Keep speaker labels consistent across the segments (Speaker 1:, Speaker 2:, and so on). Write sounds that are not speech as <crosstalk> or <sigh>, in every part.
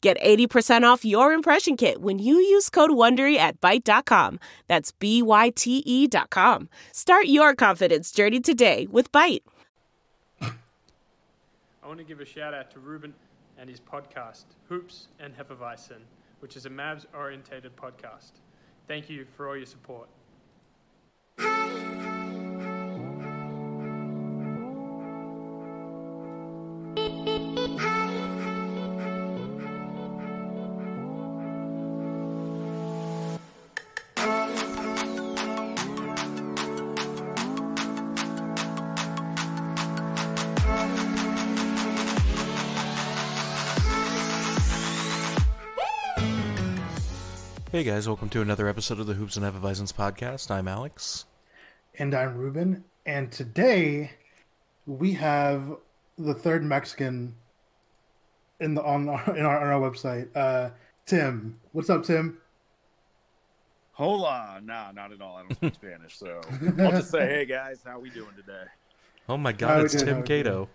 Speaker 1: Get 80% off your impression kit when you use code WONDERY at Byte.com. That's B-Y-T-E E dot com. Start your confidence journey today with Byte.
Speaker 2: I want to give a shout out to Ruben and his podcast, Hoops and Hefeweizen, which is a Mavs orientated podcast. Thank you for all your support.
Speaker 3: Hey guys, welcome to another episode of the Hoops and Hefeweizens podcast. I'm Alex.
Speaker 4: And I'm Ruben. And today we have the third Mexican in the on <laughs> our, in our on our website. Uh, Tim, what's up, Tim?
Speaker 5: Hola, nah, not at all. I don't
Speaker 3: <laughs>
Speaker 5: speak Spanish, so I'll just say, hey guys, how we doing today?
Speaker 3: Oh my
Speaker 4: How
Speaker 3: god,
Speaker 4: we
Speaker 3: it's
Speaker 4: doing, how
Speaker 3: Tim
Speaker 4: we doing?
Speaker 3: Cato.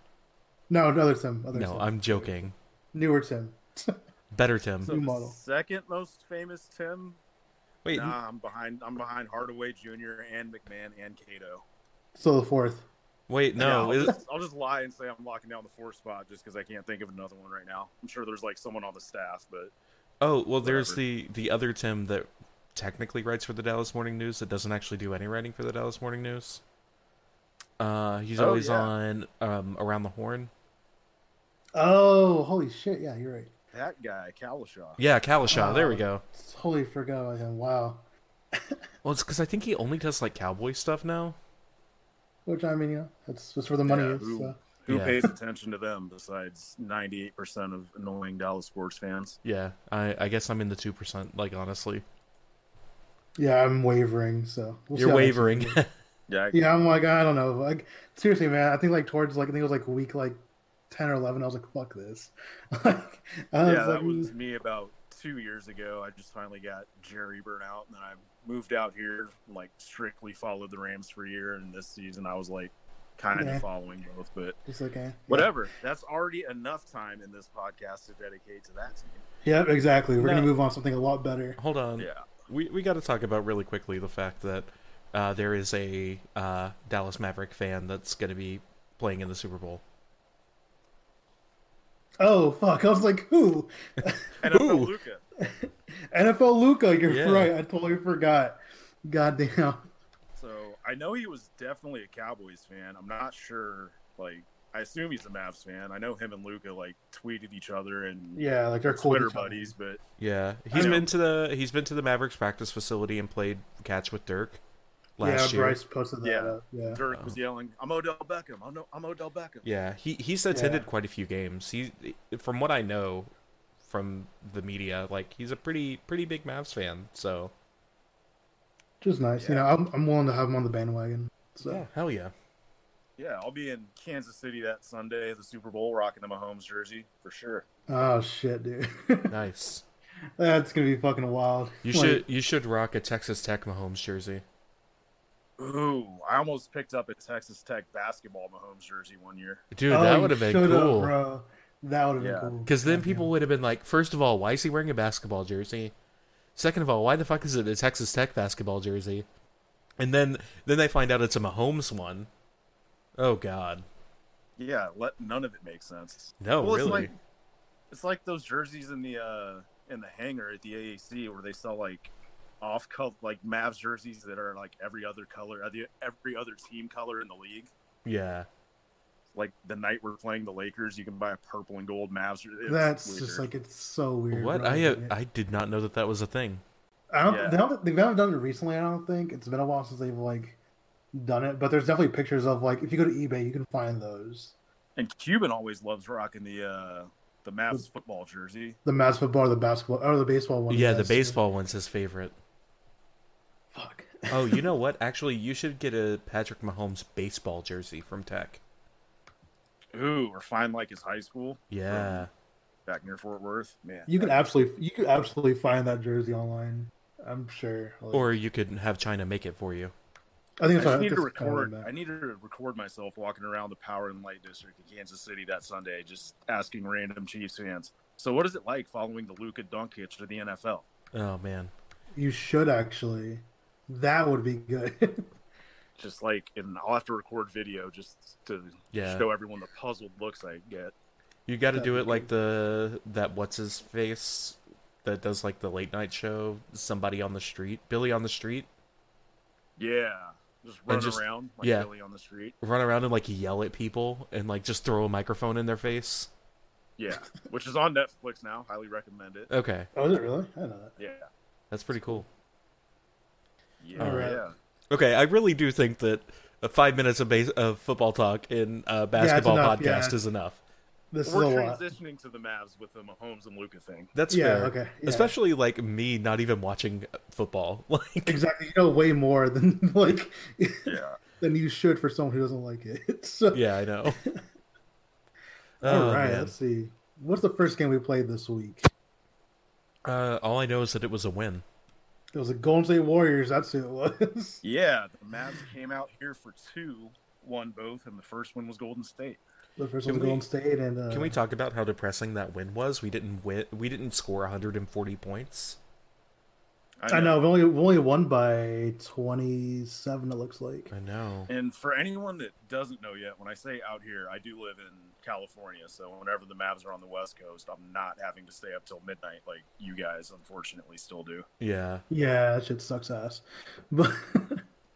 Speaker 4: No, no, other Tim. Other
Speaker 3: No,
Speaker 4: Tim.
Speaker 3: I'm joking.
Speaker 4: newer Tim.
Speaker 3: Better Tim.
Speaker 5: So
Speaker 4: New
Speaker 5: the
Speaker 4: model.
Speaker 5: second most famous Tim.
Speaker 3: Wait,
Speaker 5: Nah, I'm behind. I'm behind Hardaway Jr. and McMahon and Cato.
Speaker 4: Still the fourth.
Speaker 3: wait, no.
Speaker 5: Yeah, I'll,
Speaker 3: is-
Speaker 5: just, I'll just lie and say I'm locking down the fourth spot just because I can't think of another one right now. I'm sure there's like someone on the staff, but
Speaker 3: oh, well there's
Speaker 5: Whatever.
Speaker 3: the the other Tim that technically writes for the Dallas Morning News that doesn't actually do any writing for the Dallas Morning News. Uh, he's
Speaker 5: Oh,
Speaker 3: always
Speaker 5: yeah.
Speaker 3: on um, around the horn.
Speaker 4: Oh, holy shit! Yeah, you're right.
Speaker 5: that guy Kalashaw.
Speaker 3: Yeah, Kalashaw. there we
Speaker 4: Oh.
Speaker 3: go.
Speaker 4: Totally forgot about him. Wow.
Speaker 3: Well, it's because I think he only does like cowboy stuff now.
Speaker 4: Which I mean, you know, that's just where the money
Speaker 5: Yeah,
Speaker 4: is.
Speaker 5: who-
Speaker 4: so.
Speaker 5: Who
Speaker 3: Yeah.
Speaker 5: pays attention to them besides 98% of annoying Dallas sports fans?
Speaker 3: Yeah, I, I guess I'm in the two percent. Like honestly,
Speaker 4: Yeah, I'm wavering. So we'll see
Speaker 3: you're
Speaker 4: how next week
Speaker 3: wavering.
Speaker 4: goes.
Speaker 5: Yeah, I-
Speaker 4: Yeah, I'm like, I don't know. Like, seriously, man, I think like towards like I think it was like week like ten or eleven. I was like, fuck this. <laughs> like, I was
Speaker 5: yeah,
Speaker 4: like, "Mm."
Speaker 5: that was me about two years ago. I just finally got Jerry burnout, and then I moved out here, like strictly followed the Rams for a year. And this season, I was like kind
Speaker 4: Yeah.
Speaker 5: of following both, but
Speaker 4: just like, eh.
Speaker 5: whatever. That's already enough time in this podcast to dedicate to that team.
Speaker 4: Yeah, exactly. We're
Speaker 3: No.
Speaker 4: gonna move on to something a lot better.
Speaker 3: <laughs> Hold on.
Speaker 5: Yeah,
Speaker 3: we we got to talk about really quickly the fact that uh, there is a uh, Dallas Maverick fan that's going to be playing in the Super Bowl.
Speaker 4: Oh fuck! I was like, who?
Speaker 5: and
Speaker 3: Ooh.
Speaker 5: Luca.
Speaker 4: NFL Luca. You're
Speaker 3: Yeah.
Speaker 4: right. I totally forgot. Goddamn.
Speaker 5: So I know he was definitely a Cowboys fan. I'm not sure. Like, I assume he's a Mavs fan. I know him and Luca like tweeted each other and
Speaker 4: Yeah, like they're cool
Speaker 5: Twitter buddies, but
Speaker 3: Yeah,
Speaker 5: I
Speaker 3: he's
Speaker 5: know.
Speaker 3: been to the he's been to the Mavericks practice facility and played catch with Dirk last
Speaker 4: yeah,
Speaker 3: year.
Speaker 4: Bryce posted that.
Speaker 5: Yeah.
Speaker 4: Up. Yeah.
Speaker 5: Dirk was yelling, "I'm Odell Beckham. I'm, no, I'm Odell Beckham."
Speaker 3: Yeah, he he's attended
Speaker 4: Yeah.
Speaker 3: quite a few games. He from what I know from the media, like he's a pretty pretty big Mavs fan. So
Speaker 4: Just nice. You
Speaker 5: Yeah.
Speaker 4: know, I'm, I'm willing to have him on the bandwagon. So
Speaker 3: yeah, hell yeah.
Speaker 5: Yeah, I'll be in Kansas City that Sunday, the Super Bowl, rocking the Mahomes jersey for sure.
Speaker 4: oh shit, dude, <laughs>
Speaker 3: Nice.
Speaker 4: that's gonna be fucking wild.
Speaker 3: You
Speaker 4: Like,
Speaker 3: should you should rock a Texas Tech Mahomes jersey.
Speaker 5: Ooh, I almost picked up a Texas Tech basketball Mahomes jersey one year.
Speaker 3: Dude,
Speaker 4: oh,
Speaker 3: that
Speaker 4: you
Speaker 3: would have been
Speaker 4: shut up,
Speaker 3: cool.
Speaker 4: bro. That would have
Speaker 5: Yeah.
Speaker 4: been cool.
Speaker 3: Because then
Speaker 4: Goddamn.
Speaker 3: people would have been like, first of all, why is he wearing a basketball jersey? Second of all, why the fuck is it a Texas Tech basketball jersey? And then then they find out it's a Mahomes one. Oh God,
Speaker 5: Yeah, let none of it make sense.
Speaker 3: no,
Speaker 5: Well,
Speaker 3: really?
Speaker 5: It's like, it's like those jerseys in the uh in the hangar at the AAC where they sell like off color like Mavs jerseys that are like every other color, uh, the- every other team color in the league.
Speaker 3: yeah,
Speaker 5: Like the night we're playing the Lakers, you can buy a purple and gold Mavs. jer- it's
Speaker 4: That's
Speaker 5: weird.
Speaker 4: just like it's so weird.
Speaker 3: what?
Speaker 4: bro.
Speaker 3: I uh,
Speaker 4: Like,
Speaker 3: I did not know that that was a thing.
Speaker 4: I don't,
Speaker 5: Yeah.
Speaker 4: they don't. They haven't done it recently. I don't think it's been a while since they've like done it. But there's definitely pictures of like if you go to eBay, you can find those.
Speaker 5: And Cuban always loves rocking the uh, the Mavs football jersey.
Speaker 4: The Mavs football or the basketball or the baseball one.
Speaker 3: Yeah, the
Speaker 4: yes.
Speaker 3: baseball one's his favorite.
Speaker 4: Fuck.
Speaker 3: Oh, you know what? Actually, you should get a Patrick Mahomes baseball jersey from Tech.
Speaker 5: Ooh, or find like his high school
Speaker 3: Yeah.
Speaker 5: back near Fort Worth. Man,
Speaker 4: You could absolutely you could absolutely find that jersey online. I'm sure. Like,
Speaker 3: Or you could have China make it for you.
Speaker 4: I think
Speaker 5: I
Speaker 4: it's
Speaker 5: just
Speaker 4: like-
Speaker 5: need to
Speaker 4: that's kind of
Speaker 5: record.
Speaker 4: like that.
Speaker 5: I need to record myself walking around the Power and Light District in Kansas City that Sunday, just asking random Chiefs fans. So, what is it like following the Luka Doncic to the NFL?
Speaker 3: Oh man.
Speaker 4: You should actually. That would be good. <laughs>
Speaker 5: Just like, and I'll have to record video just to
Speaker 3: Yeah.
Speaker 5: show everyone the puzzled looks I get.
Speaker 3: You got to
Speaker 4: That'd
Speaker 3: do
Speaker 4: be
Speaker 3: it like the that what's his face that does like the late night show, somebody on the street, Billy on the street,
Speaker 5: Yeah, just run
Speaker 3: just-
Speaker 5: around like
Speaker 3: yeah.
Speaker 5: Billy on the street.
Speaker 3: run around and like yell at people and like just throw a microphone in their face.
Speaker 5: Yeah, which is on Netflix now. Highly recommend it.
Speaker 3: Okay,
Speaker 4: oh, is it really? I didn't know that.
Speaker 5: Yeah,
Speaker 3: that's pretty cool.
Speaker 5: yeah,
Speaker 4: Alright.
Speaker 5: yeah.
Speaker 3: Okay, I really do think that uh, five minutes of base of football talk in a basketball
Speaker 4: enough,
Speaker 3: podcast
Speaker 4: yeah.
Speaker 3: is enough.
Speaker 4: This
Speaker 5: We're
Speaker 4: is a lot.
Speaker 5: transitioning to the Mavs with the Mahomes and Luka thing.
Speaker 3: That's
Speaker 4: Yeah,
Speaker 3: fair.
Speaker 4: okay, yeah.
Speaker 3: Especially like me not even watching football. <laughs> Like
Speaker 4: Exactly. You know way more than <laughs> like
Speaker 5: Yeah.
Speaker 4: than you should for someone who doesn't like it. <laughs> So
Speaker 3: yeah, I know.
Speaker 4: all
Speaker 3: Oh,
Speaker 4: right,
Speaker 3: man.
Speaker 4: let's see. What's the first game we played this week?
Speaker 3: Uh, all I know is that it was a win.
Speaker 4: It was the Golden State Warriors. That's who it was.
Speaker 5: Yeah, the Mavs came out here for two, won both, and the first one was Golden State.
Speaker 4: The first
Speaker 3: Can
Speaker 4: one was
Speaker 3: we-
Speaker 4: Golden State, and uh,
Speaker 3: Can we talk about how depressing that win was? We didn't win. We didn't score 140 points.
Speaker 4: I know we've only we've only won by twenty seven. It looks like.
Speaker 3: I know.
Speaker 5: And for anyone that doesn't know yet, when I say out here, I do live in California. So whenever the Mavs are on the West Coast, I'm not having to stay up till midnight like you guys unfortunately still do.
Speaker 3: Yeah.
Speaker 4: Yeah, that shit sucks ass. <laughs> But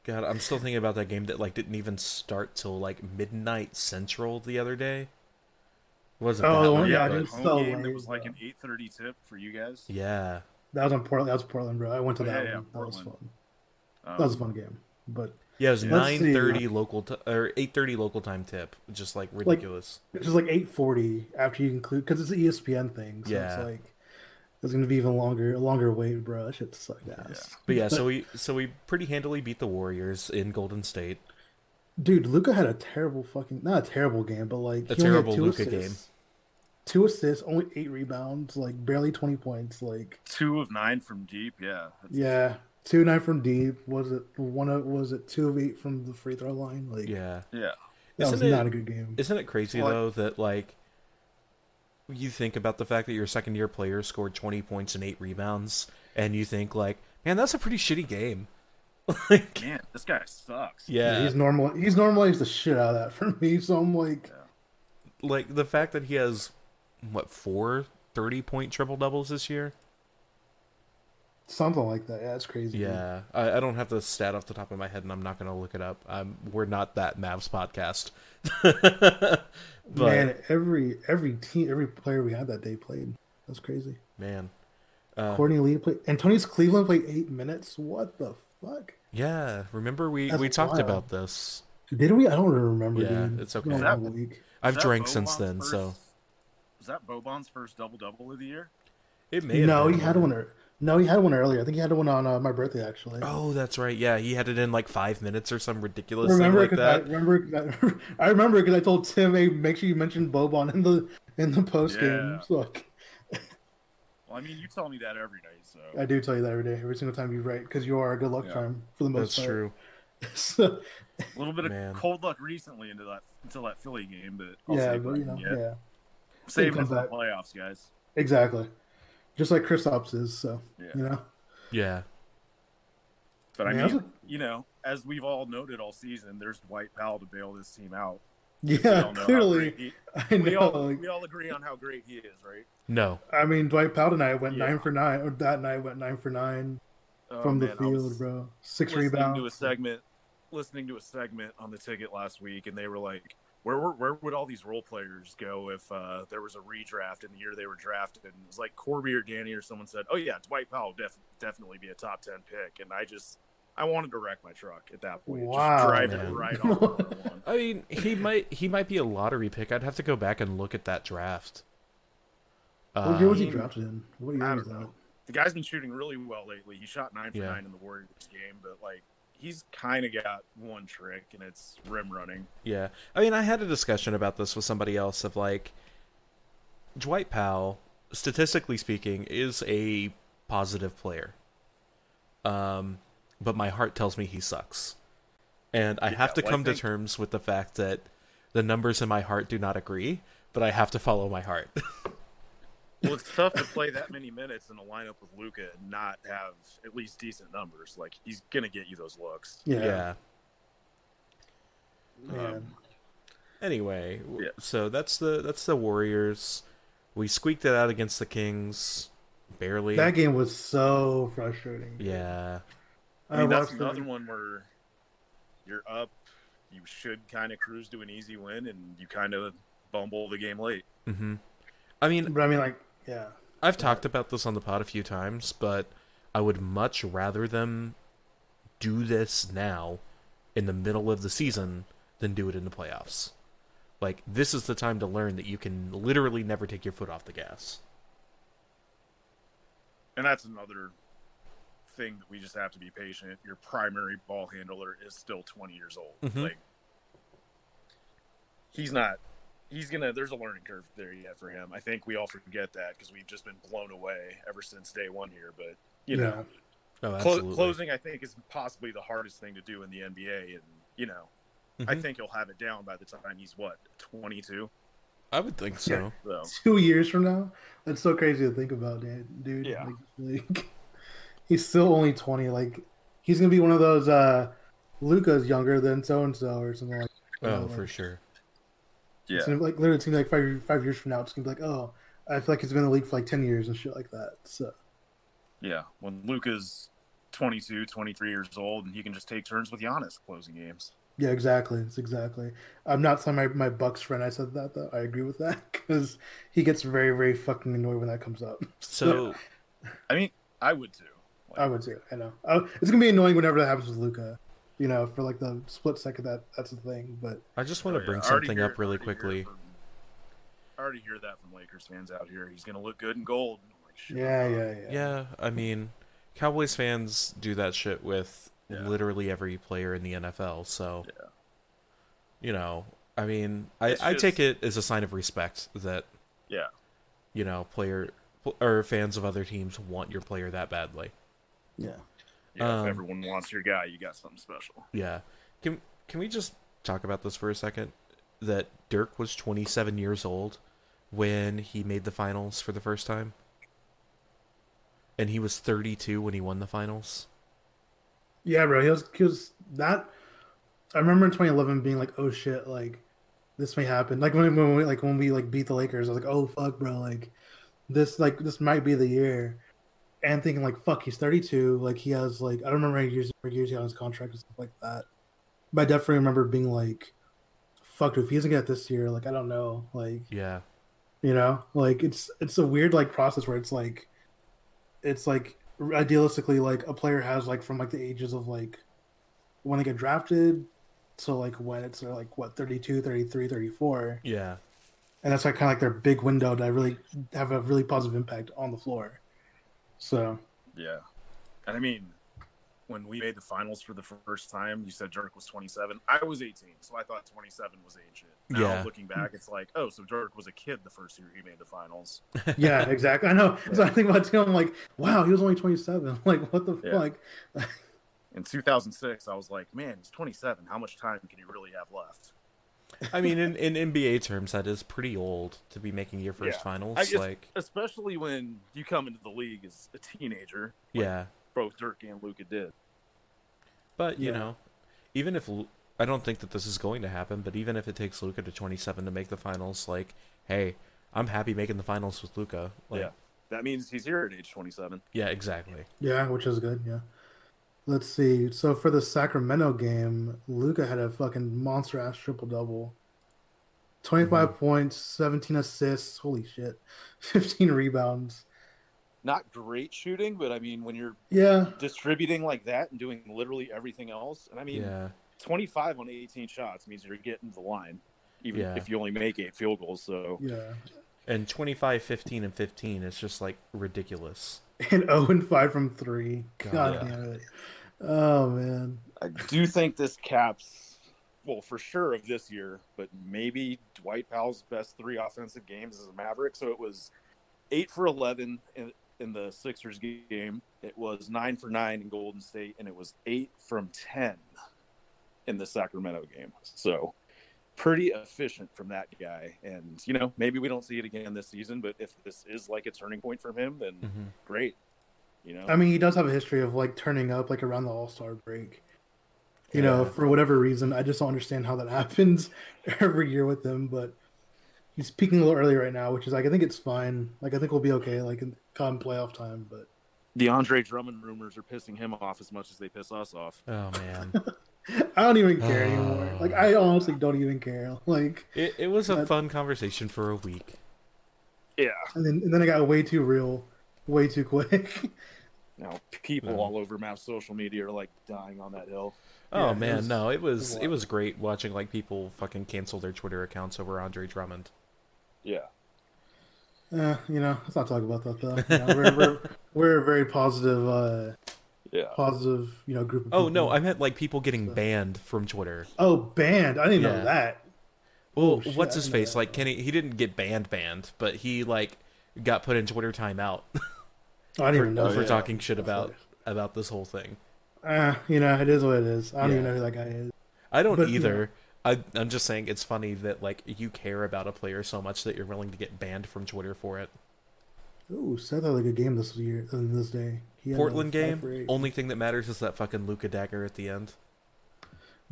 Speaker 3: God, I'm still thinking about that game that like didn't even start till like midnight central the other day. It wasn't
Speaker 4: Oh,
Speaker 3: that
Speaker 4: the one-
Speaker 3: late,
Speaker 4: yeah, I
Speaker 3: but-
Speaker 4: didn't-
Speaker 5: home
Speaker 4: so
Speaker 5: game that
Speaker 4: late,
Speaker 5: was like an
Speaker 4: though.
Speaker 5: 8:30 tip for you guys.
Speaker 3: yeah.
Speaker 4: that was on Portland. That was Portland, bro. I went to
Speaker 5: Oh,
Speaker 4: that
Speaker 5: yeah,
Speaker 4: one.
Speaker 5: yeah,
Speaker 4: That was
Speaker 5: Portland.
Speaker 4: fun.
Speaker 5: Um,
Speaker 4: That was a fun game. But
Speaker 3: Yeah, it was
Speaker 5: Yeah.
Speaker 4: Let's see.
Speaker 3: nine thirty local t- or eight thirty local time tip, just like ridiculous.
Speaker 4: it's just like eight forty after you include because it's an E ESPN thing. So
Speaker 3: Yeah.
Speaker 4: it's like it's gonna be even longer, a longer wait, bro. That shit sucked ass.
Speaker 3: but yeah, so we so we pretty handily beat the Warriors in Golden State.
Speaker 4: Dude, Luca had a terrible fucking not a terrible game, but like
Speaker 3: A
Speaker 4: he only had
Speaker 3: terrible
Speaker 4: two
Speaker 3: Luka
Speaker 4: assists. Two assists, only eight rebounds, like barely twenty points. Like
Speaker 5: two of nine from deep. Yeah. That's-
Speaker 4: yeah, two of nine from deep. Was it one? Of, was it two of eight from the free throw line? Like
Speaker 3: Yeah,
Speaker 5: Yeah.
Speaker 4: that was
Speaker 3: Isn't it-
Speaker 4: not a good game.
Speaker 3: isn't it crazy
Speaker 5: Well, I-
Speaker 3: though that like you think about the fact that your second year player scored twenty points and eight rebounds, and you think like, man, that's a pretty shitty game. <laughs> like,
Speaker 5: Man, this guy sucks.
Speaker 3: yeah,
Speaker 4: He's normal. He's normalized the shit out of that <laughs> for me. So I'm like,
Speaker 3: like the fact that he has what four 30 point triple doubles this year.
Speaker 4: something like that. Yeah, that's crazy.
Speaker 3: Yeah, I, I don't have the stat off the top of my head, and I'm not going to look it up. Um, we're not that Mavs podcast. <laughs> but man,
Speaker 4: man, every every team, every player we had that day played. That's crazy.
Speaker 3: Uh,
Speaker 4: Courtney Lee played. Antonio's Cleveland played eight minutes. What the fuck?
Speaker 3: yeah. Remember we
Speaker 4: That's
Speaker 3: we talked
Speaker 4: wild.
Speaker 3: about this.
Speaker 4: Did we? I don't remember.
Speaker 3: Yeah,
Speaker 4: dude.
Speaker 3: it's okay.
Speaker 4: Been a
Speaker 5: That-
Speaker 4: long week.
Speaker 3: I've
Speaker 5: Was that
Speaker 3: drank since
Speaker 5: Boban's
Speaker 3: then, so
Speaker 5: first- was that Boban's first double double of the year?
Speaker 3: it may. have
Speaker 4: No,
Speaker 3: been
Speaker 4: he had
Speaker 3: longer.
Speaker 4: one. ear- No, he had one earlier. I think he had one on uh, my birthday actually.
Speaker 3: Oh, that's right. Yeah, he had it in like five minutes or some ridiculous
Speaker 4: remember
Speaker 3: thing like
Speaker 4: 'cause
Speaker 3: that.
Speaker 4: I remember. <laughs> I remember because I told Tim, "Hey, make sure you mention Bobon in the in the post game."
Speaker 5: Yeah.
Speaker 4: So, like,
Speaker 5: Well, I mean, you tell me that every night, so
Speaker 4: I do tell you that every day, every single time you write, because you are a good luck
Speaker 5: Yeah.
Speaker 4: charm for the most
Speaker 3: That's
Speaker 4: part.
Speaker 3: true.
Speaker 4: That's true. <laughs> so,
Speaker 5: a little bit of
Speaker 3: Man.
Speaker 5: cold luck recently into that until that Philly game, but I'll
Speaker 4: yeah,
Speaker 5: save
Speaker 4: but,
Speaker 5: it.
Speaker 4: you know,
Speaker 5: yeah.
Speaker 4: yeah.
Speaker 5: Saving it
Speaker 4: comes
Speaker 5: for the
Speaker 4: back.
Speaker 5: playoffs, guys.
Speaker 4: Exactly. Just like Chris Ops is, so
Speaker 5: Yeah.
Speaker 4: you know.
Speaker 3: Yeah,
Speaker 5: But I
Speaker 4: Yeah,
Speaker 5: mean,
Speaker 4: that's
Speaker 5: you know, as we've all noted all season, there's Dwight Powell to bail this team out. We
Speaker 4: Yeah,
Speaker 5: all know how great
Speaker 4: clearly.
Speaker 5: he-
Speaker 4: I <laughs>
Speaker 5: we,
Speaker 4: know.
Speaker 5: all,
Speaker 4: like,
Speaker 5: we all agree on how great he is, right?
Speaker 3: no.
Speaker 4: I mean, Dwight Powell tonight went
Speaker 5: Yeah.
Speaker 4: nine for nine, or that night went nine for nine
Speaker 5: Oh,
Speaker 4: from the
Speaker 5: man, I was
Speaker 4: field, bro. Six
Speaker 5: listening
Speaker 4: rebounds.
Speaker 5: to a segment, listening to a segment on the ticket last week, and they were like, "Where were, where would all these role players go if uh, there was a redraft in the year they were drafted?" And it was like Corby or Danny or someone said, "Oh yeah, Dwight Powell def- definitely be a top ten pick," and I just I wanted to wreck my truck at that point,
Speaker 4: Wow,
Speaker 5: just drive it
Speaker 3: man.
Speaker 4: <laughs>
Speaker 5: right off. the one.
Speaker 3: I mean, he might he might be a lottery pick. I'd have to go back and look at that draft.
Speaker 4: What year was
Speaker 3: Uh,
Speaker 4: he drafted in? What year
Speaker 5: I
Speaker 4: was
Speaker 5: don't
Speaker 4: that?
Speaker 5: know. The guy's been shooting really well lately. He shot nine for
Speaker 3: Yeah.
Speaker 5: nine in the Warriors game, but like he's kind of got one trick, and it's rim running.
Speaker 3: Yeah. I mean, I had a discussion about this with somebody else of like, Dwight Powell, statistically speaking, is a positive player. Um, but my heart tells me he sucks. And I have to
Speaker 5: well, I
Speaker 3: come to
Speaker 5: think-
Speaker 3: terms with the fact that the numbers in my heart do not agree, but I have to follow my heart. <laughs>
Speaker 5: Well, it's tough to play that many minutes in a lineup with Luca and not have at least decent numbers. Like he's gonna get you those looks.
Speaker 3: yeah.
Speaker 4: Yeah. Man.
Speaker 5: Um,
Speaker 3: Anyway, w-
Speaker 5: Yeah.
Speaker 3: so that's the that's the Warriors. We squeaked it out against the Kings, barely.
Speaker 4: That game was so frustrating.
Speaker 3: Yeah.
Speaker 5: I mean, that's
Speaker 4: watched the-
Speaker 5: another one where you're up, you should kind of cruise to an easy win, and you kind of bumble the game late.
Speaker 3: Mm-hmm. I mean,
Speaker 4: But I mean, like, yeah.
Speaker 3: I've talked about this on the pod a few times, but I would much rather them do this now in the middle of the season than do it in the playoffs. Like, this is the time to learn that you can literally never take your foot off the gas.
Speaker 5: And that's another thing that we just have to be patient. Your primary ball handler is still 20 years old.
Speaker 3: Mhm.
Speaker 5: Like he's not he's going to there's a learning curve there yet for him. I think we all forget that because we've just been blown away ever since day 1 here, but you
Speaker 4: yeah.
Speaker 5: know,
Speaker 3: Oh,
Speaker 5: clo- closing I think is possibly the hardest thing to do in the NBA and you know, I
Speaker 3: Mhm.
Speaker 5: think he'll have it down by the time he's what, 22.
Speaker 3: I would think so.
Speaker 5: <laughs> So
Speaker 4: Two years from now? That's so crazy to think about, dude. dude
Speaker 5: Yeah.
Speaker 4: Like, <laughs> like, he's still only 20. Like, he's going to be one of those, uh, Luca's younger than so and so or something like that.
Speaker 3: Oh,
Speaker 4: like,
Speaker 3: for sure.
Speaker 4: it's gonna be, like, literally, it seems like five, five years from now, it's going to be like, oh, I feel like it's been in the league for like 10 years and shit like that. So,
Speaker 5: Yeah, when Luca's 22, 23 years old, and he can just take turns with Giannis closing games.
Speaker 4: yeah, exactly. It's exactly. I'm not saying my, my Bucks friend I said that, though. I agree with that <laughs> because he gets very, very fucking annoyed when that comes up.
Speaker 3: So,
Speaker 5: I mean, I would too. Like,
Speaker 4: I would too. I know. Oh, it's gonna be annoying whenever that happens with Luca. You know, for like the split second that that's the thing. But
Speaker 3: I just want to
Speaker 5: yeah,
Speaker 3: bring
Speaker 5: I already
Speaker 3: something
Speaker 5: hear-
Speaker 3: up really
Speaker 5: I already hear
Speaker 3: quickly.
Speaker 5: from- I already hear that from Lakers fans out here. He's going to look good in gold. I'm like, shut
Speaker 4: yeah,
Speaker 5: up.
Speaker 4: yeah, yeah.
Speaker 3: Yeah, I mean, Cowboys fans do that shit with
Speaker 5: Yeah.
Speaker 3: literally every player in the NFL. So,
Speaker 5: Yeah.
Speaker 3: you know, I mean, I,
Speaker 5: It's
Speaker 3: I
Speaker 5: just-
Speaker 3: take it as a sign of respect that
Speaker 5: Yeah.
Speaker 3: you know player pl- or fans of other teams want your player that badly.
Speaker 4: Yeah.
Speaker 3: Um,
Speaker 5: Yeah, if everyone wants your guy, you got something special.
Speaker 3: Yeah. Can can we just talk about this for a second? That Dirk was 27 years old when he made the finals for the first time. And he was 32 when he won the finals.
Speaker 4: Yeah, bro. He was he was that I remember in twenty eleven being like, Oh shit, like this may happen. Like when, when we like when we like beat the Lakers, I was like, Oh fuck, bro, like this like this might be the year. And thinking like fuck, he's thirty two, like he has like I don't remember how many years how many years he had on his contract and stuff like that. But I definitely remember being like fuck if he doesn't get it this year, like I don't know. Like
Speaker 3: Yeah.
Speaker 4: you know like it's it's a weird like process where it's like it's like idealistically like a player has like from like the ages of like when they get drafted to like when it's they're, like what 32 33 34
Speaker 3: Yeah.
Speaker 4: and that's like kind of like their big window to really have a really positive impact on the floor so
Speaker 5: Yeah. And I mean, when we made the finals for the first time, you said Dirk was 27. I was 18, so I thought 27 was ancient. Now,
Speaker 3: Yeah.
Speaker 5: looking back, it's like, oh, so Dirk was a kid the first year he made the finals.
Speaker 4: yeah exactly i know so i think about it too i'm like wow he was only 27 <laughs> like what the
Speaker 5: Yeah.
Speaker 4: fuck
Speaker 5: In 2006, I was like, man, he's 27. How much time can he really have left?
Speaker 3: I mean, in, in NBA terms, that is pretty old to be making your first
Speaker 5: Yeah.
Speaker 3: finals.
Speaker 5: I guess-
Speaker 3: like,
Speaker 5: Especially when you come into the league as a teenager. like
Speaker 3: yeah,
Speaker 5: Both Dirk and Luca did.
Speaker 3: but you
Speaker 4: Yeah.
Speaker 3: know, even if Lu- I don't think that this is going to happen, but even if it takes Luca to twenty-seven to make the finals, like, hey, I'm happy making the finals with Luca. Like, yeah,
Speaker 5: yeah. That means he's here at age 27.
Speaker 3: exactly.
Speaker 4: Yeah, which is good. Yeah. Let's see. So for the Sacramento game, Luca had a fucking monster ass triple double. 25 points, 17 assists. Holy shit. <laughs> 15 rebounds.
Speaker 5: Not great shooting, but I mean, when you're
Speaker 4: Yeah.
Speaker 5: distributing like that and doing literally everything else, and I mean,
Speaker 3: Yeah,
Speaker 5: 25 on 18 shots means you're getting to the line, even
Speaker 3: Yeah.
Speaker 5: if you only make eight field goals. So
Speaker 4: Yeah. <laughs>
Speaker 3: And 25, 15, and 15 is just like ridiculous.
Speaker 4: And 0 and 5 from 3. God,
Speaker 3: God, yeah.
Speaker 4: damn it. Oh, man.
Speaker 5: I do think this caps, well, for sure of this year, but maybe Dwight Powell's best three offensive games as a Maverick. So it was eight for 11 in, in the Sixers game, it was nine for nine in Golden State, and it was eight from 10 in the Sacramento game. So pretty efficient from that guy. And, you know, maybe we don't see it again this season, but if this is like a turning point from him, then great. You know,
Speaker 4: I mean, he does have a history of like turning up like around the All Star break. You know,
Speaker 3: Yeah.
Speaker 4: for whatever reason, I just don't understand how that <laughs> happens every year with him. But he's peaking a little early right now, which is like I think it's fine. Like I think we'll be okay. Like in come playoff time, but
Speaker 5: the Andre Drummond rumors are pissing him off as much as they piss us off.
Speaker 3: Oh,
Speaker 4: <laughs>
Speaker 3: man.
Speaker 4: I don't even
Speaker 3: Uh.
Speaker 4: care anymore. Like I honestly don't even care. Like
Speaker 3: it, it was a
Speaker 4: But-
Speaker 3: fun conversation for a week.
Speaker 5: Yeah.
Speaker 4: and then and then I got way too real, way too quick. <laughs>
Speaker 5: Now people
Speaker 3: Yeah.
Speaker 5: all over Mav's social media are like dying on that hill.
Speaker 3: Oh
Speaker 4: Yeah, it
Speaker 3: man,
Speaker 4: was-
Speaker 3: no, it was
Speaker 4: wild.
Speaker 3: it was great watching like people fucking cancel their Twitter accounts over Andre Drummond.
Speaker 5: Yeah.
Speaker 4: Uh, you know, let's not talk about that though. You know, we're, we're
Speaker 3: <laughs>
Speaker 4: we're a very positive, uh,
Speaker 5: Yeah.
Speaker 4: positive, you know, group. Of
Speaker 3: Oh no,
Speaker 4: people.
Speaker 3: I meant like people getting banned from Twitter.
Speaker 4: oh banned. I didn't
Speaker 3: Yeah.
Speaker 4: know that.
Speaker 3: Well,
Speaker 4: Oh, shit,
Speaker 3: what's
Speaker 4: I
Speaker 3: his
Speaker 4: didn't know
Speaker 3: face?
Speaker 4: that.
Speaker 3: Like Kenny, he didn't get banned banned, but he like got put in Twitter
Speaker 4: <laughs>
Speaker 3: timeout
Speaker 4: Oh, I didn't even know
Speaker 3: for
Speaker 4: that.
Speaker 3: talking shit about about this whole thing.
Speaker 4: Uh, you know, it is what it is. I don't even
Speaker 3: Yeah.
Speaker 4: know who that guy is.
Speaker 3: I don't
Speaker 4: But, you
Speaker 3: either. I, I'm just saying it's funny that like you care about a player so much that you're willing to get banned from Twitter for it.
Speaker 4: Ooh, Seth had like a game this year on this day. He had,
Speaker 3: Portland
Speaker 4: uh, five for
Speaker 3: game.
Speaker 4: eight.
Speaker 3: Only thing that matters is that fucking Luca dagger at the end.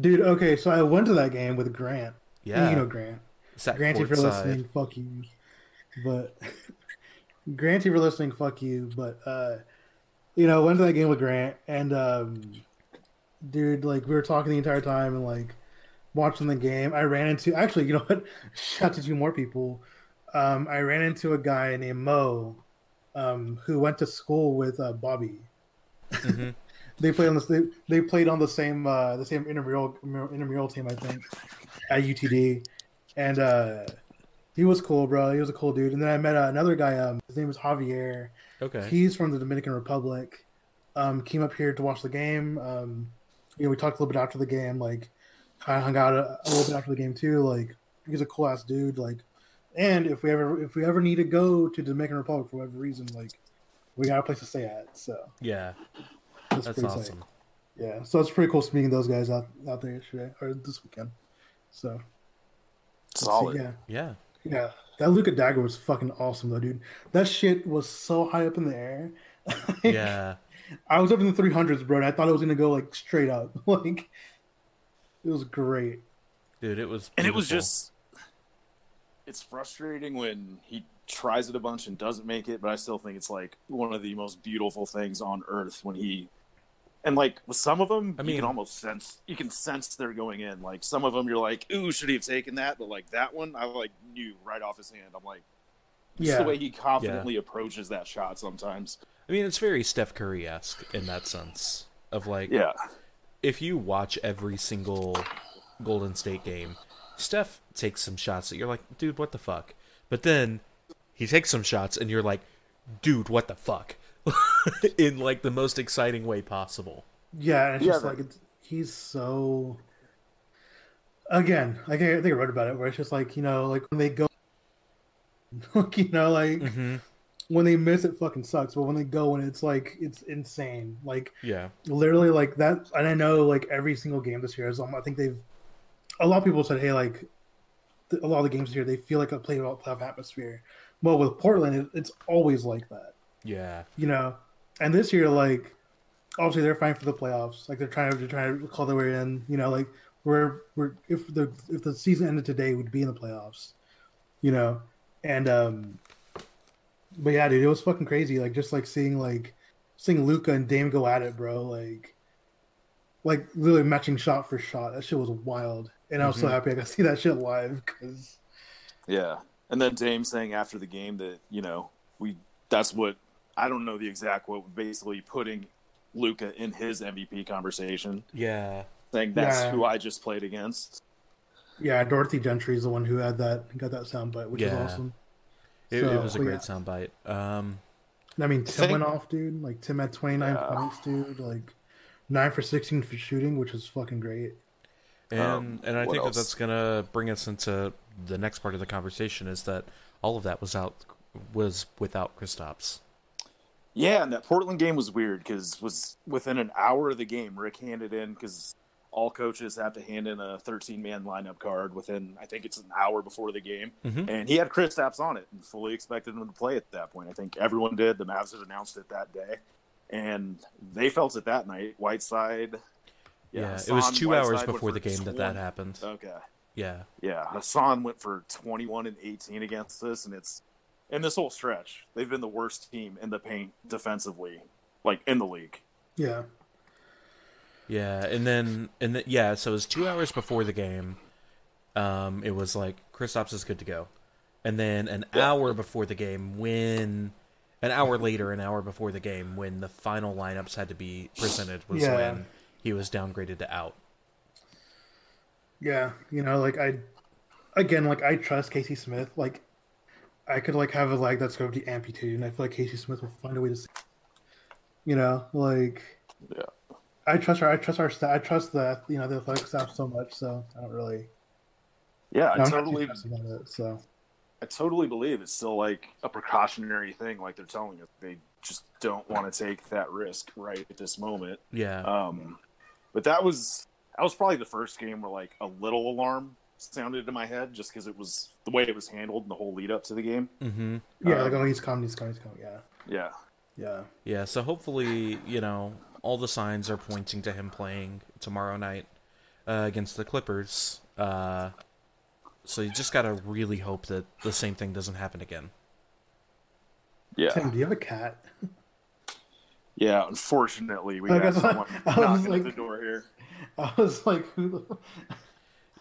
Speaker 4: Dude, okay, so I went to that game with Grant. And
Speaker 3: Yeah,
Speaker 4: You know Grant.
Speaker 3: sat
Speaker 4: Grant, if you're
Speaker 3: courtside.
Speaker 4: listening, fuck you. But <laughs> Grant, if you're listening, fuck you. But uh, you know, went to that game with Grant, and um, dude, like we were talking the entire time, and like watching the game. I ran into actually, you know what? <laughs> Shout out to two more people. Um, I ran into a guy named Mo, um, who went to school with uh, Bobby. <laughs>
Speaker 3: Mhm.
Speaker 4: They played on the they, they played on the same uh, the same intramural intramural team, I think, at UTD, and uh, he was cool, bro. He was a cool dude. And then I met uh, another guy. Um, his name was Javier.
Speaker 3: Okay.
Speaker 4: He's from the Dominican Republic. Um, came up here to watch the game. Um, you know, we talked a little bit after the game. Like, kind of hung out a, a little bit after the game too. Like, he's a cool ass dude. Like, and if we ever if we ever need to go to Dominican Republic for whatever reason, like, we got a place to stay at. So
Speaker 3: Yeah,
Speaker 4: that's,
Speaker 3: that's
Speaker 4: pretty
Speaker 3: awesome.
Speaker 4: Sick. Yeah, so it's pretty cool meeting those guys out out there yesterday or this weekend. So let's see, yeah. <laughs>
Speaker 3: Yeah.
Speaker 4: Yeah, that Luca dagger was fucking awesome though, dude. That shit was so high up in the air. <laughs> Like,
Speaker 3: Yeah.
Speaker 4: I was up in the 300s, bro, and I thought it was gonna go like straight up. <laughs> Like, it was great.
Speaker 3: Dude, it was
Speaker 5: And it was
Speaker 3: beautiful.
Speaker 5: just it's frustrating when he tries it a bunch and doesn't make it, but I still think it's like one of the most beautiful things on earth when he and like with some of them,
Speaker 3: I
Speaker 5: I
Speaker 3: mean-
Speaker 5: you can almost sense you can sense they're going in. Like some of them, you're like, "Ooh, should he have taken that?" But like that one, I like knew right off his hand. I'm like, just
Speaker 4: Yeah,
Speaker 5: the way he confidently approaches that shot sometimes.
Speaker 3: I mean, it's very Steph Curry esque in that sense of like,
Speaker 5: Yeah,
Speaker 3: if you watch every single Golden State game, Steph takes some shots that you're like, dude, what the fuck? But then he takes some shots and you're like, dude, what the fuck? <laughs> in like the most exciting way possible.
Speaker 4: yeah, and it's
Speaker 5: Yeah,
Speaker 4: just
Speaker 5: but-
Speaker 4: like it's, he's so. Again, like I think I wrote about it, where it's just like you know, like when they go, <laughs> like you know, like when they miss, it fucking sucks. But when they go, and it's like it's insane. Like
Speaker 3: Yeah.
Speaker 4: literally like that and i know like every single game this year is um, i think they've a lot of people said hey like th- a lot of the games here they feel like a playoff playoff atmosphere well with portland it, it's always like that
Speaker 3: Yeah.
Speaker 4: you know and this year like obviously they're fighting for the playoffs like they're trying to they're trying to call their way in you know like we're we're if the if the season ended today we'd be in the playoffs you know and um but yeah dude it was fucking crazy like just like seeing like seeing luca and dame go at it bro like like literally matching shot for shot that shit was wild and i was so
Speaker 3: Mhm.
Speaker 4: happy i got to see that shit live because
Speaker 5: yeah. And then Dame saying after the game that you know we that's what I don't know the exact quote, basically putting Luca in his MVP conversation,
Speaker 3: Yeah.
Speaker 5: saying that's
Speaker 4: Yeah.
Speaker 5: who I just played against.
Speaker 4: yeah dorothy gentry is the one who had that got that soundbite which
Speaker 3: Yeah.
Speaker 4: is awesome
Speaker 3: It,
Speaker 4: So,
Speaker 3: it was a
Speaker 4: but
Speaker 3: great soundbite. Um,
Speaker 4: I mean, Tim
Speaker 6: Think-
Speaker 4: went off, dude. Like Tim had 29 points, dude. Like nine for 16 for shooting, which is fucking great.
Speaker 3: and
Speaker 6: Um,
Speaker 3: and I
Speaker 6: what
Speaker 3: think
Speaker 6: else?
Speaker 3: that that's gonna bring us into the next part of the conversation is that all of that was out was without Kristaps.
Speaker 5: Yeah, and that Portland game was weird because was within an hour of the game, Rick handed in because all coaches have to hand in a 13 man lineup card within I think it's an hour before the game,
Speaker 3: Mhm.
Speaker 5: and he had Chris Stapps on it and fully expected him to play at that point. I think everyone did. The Mavs had announced it that day, and they felt it that night. Whiteside,
Speaker 3: Yeah, it
Speaker 5: Hassan,
Speaker 3: was two hours
Speaker 5: Whiteside went
Speaker 3: before
Speaker 5: for
Speaker 3: the game that that
Speaker 5: 20
Speaker 3: happened.
Speaker 5: Okay,
Speaker 3: Yeah,
Speaker 5: yeah, Hassan went for 21 and 18 against this, and it's in this whole stretch, they've been the worst team in the paint defensively, like in the league.
Speaker 4: Yeah.
Speaker 3: yeah, and then and then, yeah, so it was two hours before the game. Um, it was like Kristaps is good to go, and then an hour before the game, when an hour later, an hour before the game, when the final lineups had to be presented, was
Speaker 4: Yeah.
Speaker 3: when he was downgraded to out.
Speaker 4: Yeah, you know, like I, again, like I trust Casey Smith. Like, I could like have a leg that's going to be amputated, and I feel like Casey Smith will find a way to, s- you know, like.
Speaker 5: Yeah.
Speaker 4: I trust her. I trust our staff. I trust the you know the athletic staff so much. So I don't really.
Speaker 5: Yeah,
Speaker 4: no,
Speaker 5: I
Speaker 4: I'm not too
Speaker 5: totally,
Speaker 4: trusting of it, so
Speaker 5: I totally believe it's still like a precautionary thing. Like they're telling us, they just don't want to take that risk right at this moment.
Speaker 3: Yeah,
Speaker 5: Um, but that was that was probably the first game where like a little alarm sounded in my head just because it was the way it was handled and the whole lead up to the game.
Speaker 3: mm-hmm.
Speaker 4: yeah, like
Speaker 5: Um,
Speaker 4: oh he's coming, he's coming, he's coming. Yeah,
Speaker 5: Yeah,
Speaker 4: yeah,
Speaker 3: Yeah, so hopefully, you know, all the signs are pointing to him playing tomorrow night uh, against the Clippers. Uh, so you just gotta really hope that the same thing doesn't happen again.
Speaker 5: yeah,
Speaker 4: Tim, do you have a cat? <laughs>
Speaker 5: yeah. Unfortunately, we
Speaker 4: Like, <laughs>
Speaker 5: got
Speaker 4: I thought-
Speaker 5: someone
Speaker 4: I was
Speaker 5: knocking at the
Speaker 4: like- <laughs>
Speaker 5: door here.
Speaker 4: I was like, who?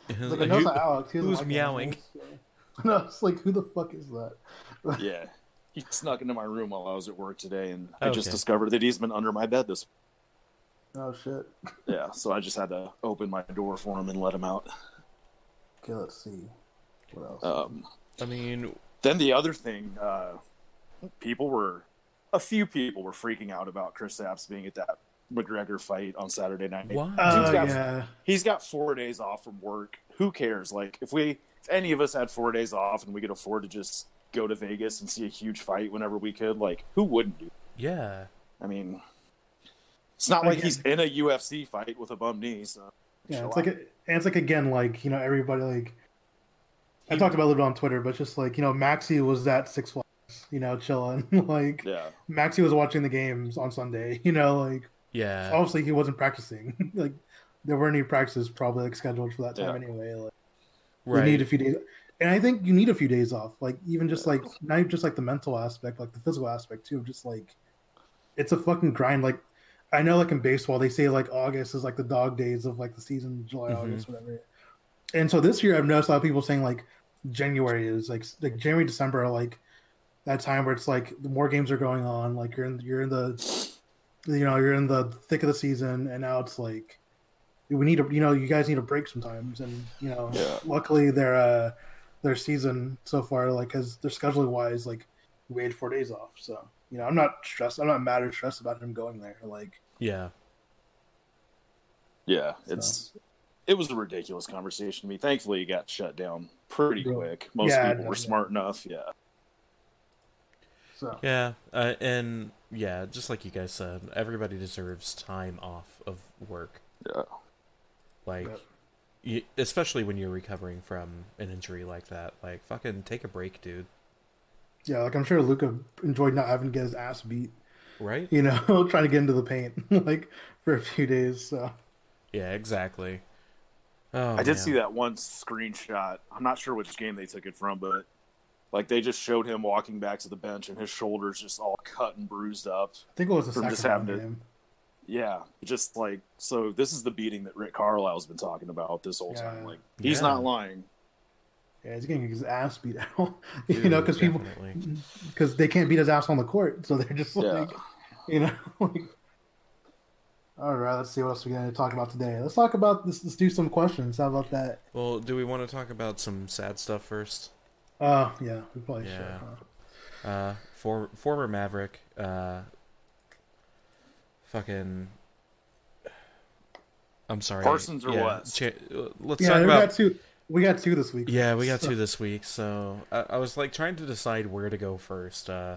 Speaker 4: The... Like, I know it's not Alex. He doesn't
Speaker 3: who's
Speaker 4: like
Speaker 3: meowing?
Speaker 4: animals, so- No, it's like <laughs> who the fuck is that?
Speaker 5: Yeah. He snuck into my room while I was at work today, and I just
Speaker 3: Okay.
Speaker 5: discovered that he's been under my bed this
Speaker 4: Oh shit.
Speaker 5: Yeah, so I just had to open my door for him and let him out.
Speaker 4: Okay, let's see. What else?
Speaker 5: Um,
Speaker 3: I mean,
Speaker 5: then the other thing, uh, people were, a few people were freaking out about Chris Apps being at that McGregor fight on Saturday night.
Speaker 3: why?
Speaker 4: Oh
Speaker 5: Dude's got-
Speaker 4: yeah.
Speaker 5: He's got four days off from work. Who cares? Like, if we, if any of us had four days off and we could afford to just go to Vegas and see a huge fight whenever we could, like, who wouldn't do? that?
Speaker 3: yeah,
Speaker 5: I mean, it's not like
Speaker 4: Again.
Speaker 5: he's in a UFC fight with a bum knee. So
Speaker 4: Yeah,
Speaker 5: chill
Speaker 4: it's like
Speaker 5: out.
Speaker 4: and it's like again, like you know, everybody like I talked about it a little bit on Twitter, but just like you know, Maxi was at Six Flags, you know, chilling. <laughs> like
Speaker 5: yeah,
Speaker 4: Maxi was watching the games on Sunday, <laughs> you know, like
Speaker 3: yeah.
Speaker 4: obviously he wasn't practicing. <laughs> like there weren't any practices probably like, scheduled for that time
Speaker 5: Yeah.
Speaker 4: anyway. Like
Speaker 3: right.
Speaker 4: you need a few days, and I think you need a few days off. Like even just like not even just like the mental aspect, like the physical aspect too. Just like it's a fucking grind. Like I know, like in baseball, they say like August is like the dog days of like the season, July,
Speaker 3: Mhm.
Speaker 4: August, whatever. And so this year, I've noticed a lot of people saying like January is like like January, December, are like that time where it's like the more games are going on. Like you're in you're in the you know you're in the thick of the season, and now it's like we need to you know you guys need a break sometimes and you know
Speaker 5: Yeah.
Speaker 4: luckily their uh their season so far like has their scheduling wise like we had four days off so you know i'm not stressed i'm not mad or stressed about him going there like
Speaker 3: Yeah,
Speaker 5: yeah, it's it was a ridiculous conversation to me. Thankfully, it got shut down pretty
Speaker 4: Yeah.
Speaker 5: quick. Most
Speaker 4: Yeah,
Speaker 5: people
Speaker 4: no,
Speaker 5: were
Speaker 4: yeah.
Speaker 5: smart enough. Yeah,
Speaker 4: so
Speaker 3: yeah, uh, and yeah. Just like you guys said, everybody deserves time off of work.
Speaker 5: yeah,
Speaker 3: Like,
Speaker 4: Yep.
Speaker 3: y- especially when you're recovering from an injury like that. Like, fucking take a break, dude.
Speaker 4: yeah like i'm sure luca enjoyed not having to get his ass beat
Speaker 3: Right?
Speaker 4: you know <laughs> trying to get into the paint like for a few days so
Speaker 3: Yeah, exactly. Oh,
Speaker 5: I did see that one screenshot. I'm not sure which game they took it from, but like they just showed him walking back to the bench and his shoulders just all cut and bruised up.
Speaker 4: i think it was a
Speaker 5: From
Speaker 4: second
Speaker 5: just having to-
Speaker 4: game
Speaker 5: Yeah, just like so. This is the beating that Rick Carlisle's been talking about this whole
Speaker 4: Yeah.
Speaker 5: time. Like he's
Speaker 3: Yeah.
Speaker 5: not lying.
Speaker 4: yeah he's getting his ass beat <laughs> out you know because people
Speaker 3: Definitely.
Speaker 4: because they can't beat his ass on the court so they're just
Speaker 5: Yeah.
Speaker 4: like you know. <laughs> like- all right, let's see what else we're going to talk about today. Let's talk about this. Let's do some questions. How about that?
Speaker 3: Well, do we want to talk about some sad stuff first?
Speaker 4: Oh, yeah, we probably
Speaker 3: Yeah.
Speaker 4: should. Huh?
Speaker 3: Uh, for, former Maverick. Uh, fucking. I'm sorry.
Speaker 5: Parsons or
Speaker 3: yeah,
Speaker 5: West?
Speaker 3: Cha- uh, let's
Speaker 4: Yeah,
Speaker 3: talk
Speaker 4: we
Speaker 3: about.
Speaker 4: got two. We got two this week.
Speaker 3: Yeah, we got
Speaker 4: So-
Speaker 3: two this week, so I, I was like trying to decide where to go first. Uh,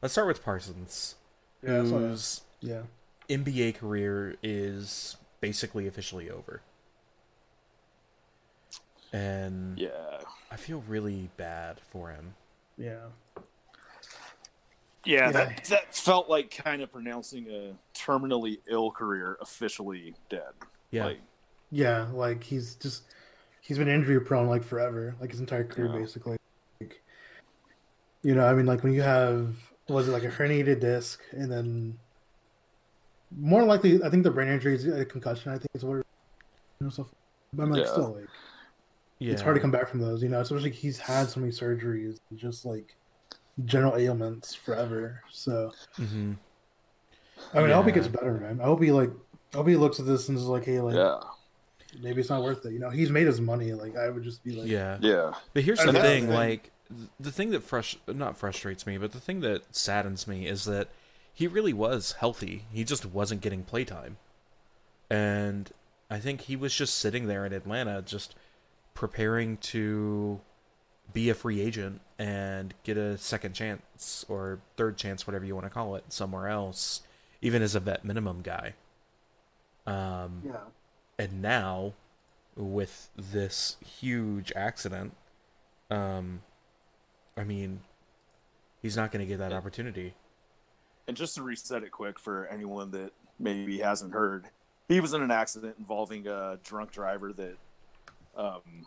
Speaker 3: let's start with Parsons,
Speaker 4: Yeah, that's what I-
Speaker 3: whose
Speaker 4: Yeah.
Speaker 3: NBA career is basically officially over. And
Speaker 5: Yeah.
Speaker 3: I feel really bad for him.
Speaker 4: Yeah.
Speaker 5: Yeah,
Speaker 4: Yeah.
Speaker 5: that that felt like kind of pronouncing a terminally ill career officially dead.
Speaker 3: Yeah,
Speaker 5: Like,
Speaker 4: Yeah, like he's just he's been injury prone like forever, like his entire career
Speaker 5: Yeah.
Speaker 4: basically. Like, you know, I mean, like when you have was it like a herniated disc, and then more likely, I think the brain injury is a concussion. I think is what. It, you know, so, but I'm like
Speaker 5: Yeah.
Speaker 4: still like
Speaker 3: yeah.
Speaker 4: it's hard to come back from those, you know. Especially he's had so many surgeries, and just like general ailments forever. So
Speaker 3: hmm
Speaker 4: I mean, I hope he
Speaker 3: Yeah.
Speaker 4: gets better, man. I hope he like I hope he looks at this and is like, hey, like
Speaker 5: yeah,
Speaker 4: maybe it's not worth it. You know, he's made his money. Like I would just be like,
Speaker 3: Yeah,
Speaker 5: yeah,
Speaker 3: but here's
Speaker 4: I
Speaker 3: the
Speaker 5: mean, that's the
Speaker 3: thing:
Speaker 4: thing.
Speaker 3: like th- the thing that frus- not frustrates me, but the thing that saddens me is that he really was healthy. He just wasn't getting playtime, and I think he was just sitting there in Atlanta, just preparing to be a free agent and get a second chance or third chance, whatever you want to call it, somewhere else, even as a vet minimum guy. Um,
Speaker 4: yeah,
Speaker 3: and now with this huge accident um i mean he's not going to get that opportunity
Speaker 5: And just to reset it quick for anyone that maybe hasn't heard, he was in an accident involving a drunk driver that, um,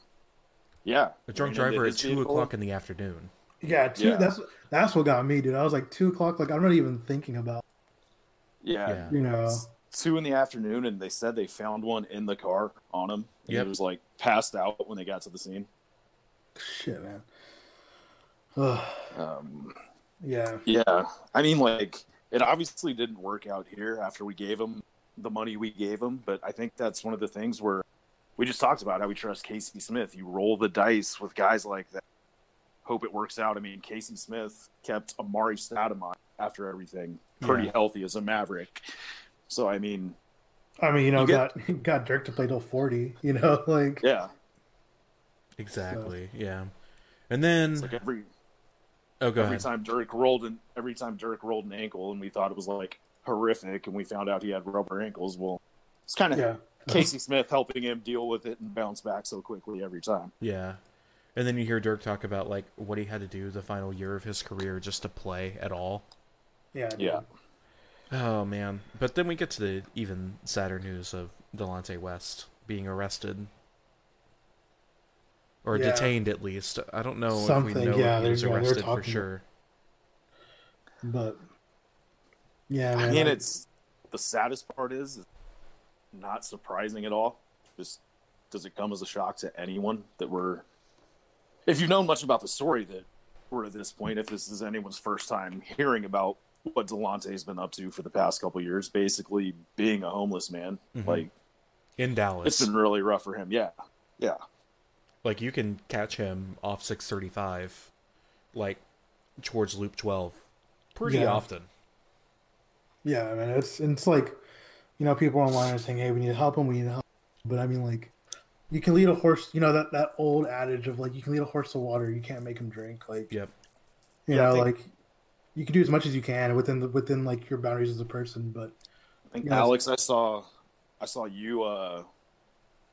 Speaker 5: yeah,
Speaker 3: a drunk
Speaker 5: ran into
Speaker 3: driver at
Speaker 5: his
Speaker 3: two
Speaker 5: vehicle.
Speaker 3: o'clock in the afternoon
Speaker 4: yeah, two,
Speaker 5: Yeah.
Speaker 4: That's that's what got me, dude. I was like two o'clock. Like I'm not even thinking about
Speaker 5: yeah,
Speaker 3: yeah
Speaker 4: you know.
Speaker 5: two in the afternoon, and they said they found one in the car on him. Yeah,
Speaker 3: Yep.
Speaker 5: he was like passed out when they got to the scene.
Speaker 4: Shit, man. Ugh,
Speaker 5: Um,
Speaker 4: yeah,
Speaker 5: Yeah, I mean, like it obviously didn't work out here after we gave him the money we gave him, but I think that's one of the things where we just talked about how we trust Casey Smith. You roll the dice with guys like that, hope it works out. I mean, Casey Smith kept Amari Stoudemire after everything pretty
Speaker 3: Yeah.
Speaker 5: healthy as a Maverick. So I mean,
Speaker 4: I mean, you know,
Speaker 5: You get-
Speaker 4: got <laughs> got Dirk to play till forty. You know, <laughs> like
Speaker 5: yeah,
Speaker 3: exactly yeah and then
Speaker 5: it's like every
Speaker 3: oh go
Speaker 5: every
Speaker 3: ahead
Speaker 5: time Dirk rolled and every time Dirk rolled an ankle, and we thought it was like horrific, and we found out he had rubber ankles. Well, it's kind of
Speaker 4: yeah,
Speaker 5: Casey Smith helping him deal with it and bounce back so quickly every time.
Speaker 3: yeah and then you hear dirk talk about like what he had to do the final year of his career just to play at all
Speaker 4: yeah, dude.
Speaker 5: Yeah.
Speaker 3: oh man but then we get to the even sadder news of delonte west being arrested or
Speaker 4: Yeah.
Speaker 3: detained at least i don't know if we
Speaker 4: Something,
Speaker 3: know if
Speaker 4: yeah,
Speaker 3: he
Speaker 4: there-
Speaker 3: was
Speaker 4: yeah, they were
Speaker 3: arrested for
Speaker 4: talking-
Speaker 3: sure
Speaker 4: But yeah,
Speaker 5: I
Speaker 4: man,
Speaker 5: mean,
Speaker 4: like,
Speaker 5: it's the saddest part is it's not surprising at all. Just does it come as a shock to anyone that we're, if you know much about the story, that we're at this point, if this is anyone's first time hearing about what Delonte's been up to for the past couple years, basically being a homeless man,
Speaker 3: Mhm.
Speaker 5: like
Speaker 3: in dallas
Speaker 5: it's been really rough for him. Yeah. Yeah.
Speaker 3: like you can catch him off 635 like towards loop 12 pretty
Speaker 4: Yeah.
Speaker 3: often
Speaker 4: yeah, man, it's it's like you know, people online are saying, hey, we need to help him, we need to help. him. But I mean, like. You can lead a horse, you know that that old adage of like you can lead a horse to water, you can't make him drink. Like,
Speaker 3: yep
Speaker 4: you
Speaker 5: Yeah, I
Speaker 4: know,
Speaker 5: think-
Speaker 4: like you can do as much as you can within the within like your boundaries as a person, but
Speaker 5: I think
Speaker 4: Yeah.
Speaker 5: Alex, I saw, I saw you uh,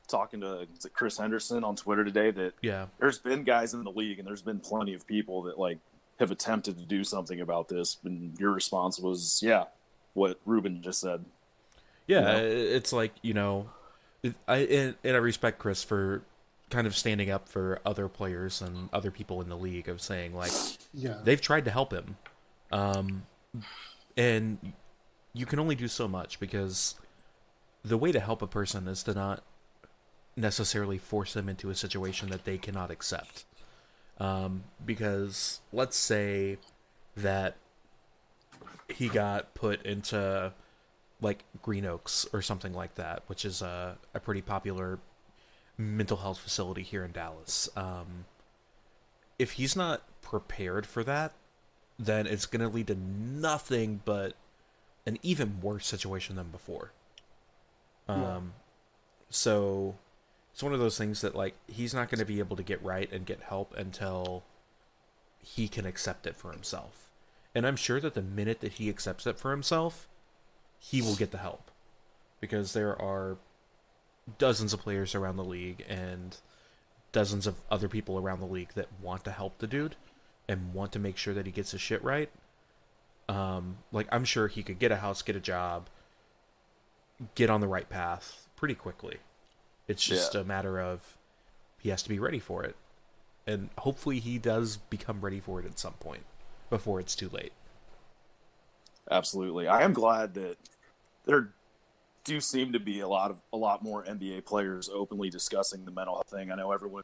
Speaker 5: talking to is it Chris Henderson on Twitter today. That
Speaker 3: yeah
Speaker 5: there's been guys in the league, and there's been plenty of people that like have attempted to do something about this. And your response was, "Yeah, what Ruben just said."
Speaker 3: yeah
Speaker 5: know?
Speaker 3: it's like you know it- i and, and i respect chris for kind of standing up for other players and other people in the league of saying like
Speaker 4: yeah,
Speaker 3: they've tried to help him um and you can only do so much because the way to help a person is to not necessarily force them into a situation that they cannot accept um because let's say that he got put into like green oaks or something like that which is a, a pretty popular mental health facility here in dallas um if he's not prepared for that, then it's going to lead to nothing but an even worse situation than before. Um, so it's one of those things that like he's not going to be able to get right and get help until he can accept it for himself. And I'm sure that the minute that he accepts it for himself, he will get the help because there are dozens of players around the league and dozens of other people around the league that want to help the dude and want to make sure that he gets his shit right. Um, like I'm sure he could get a house, get a job, get on the right path pretty quickly. It's just
Speaker 6: Yeah.
Speaker 3: a matter of he has to be ready for it. And hopefully he does become ready for it at some point before it's too late.
Speaker 5: Absolutely. I am glad that there do seem to be a lot of a lot more NBA players openly discussing the mental health thing. I know everyone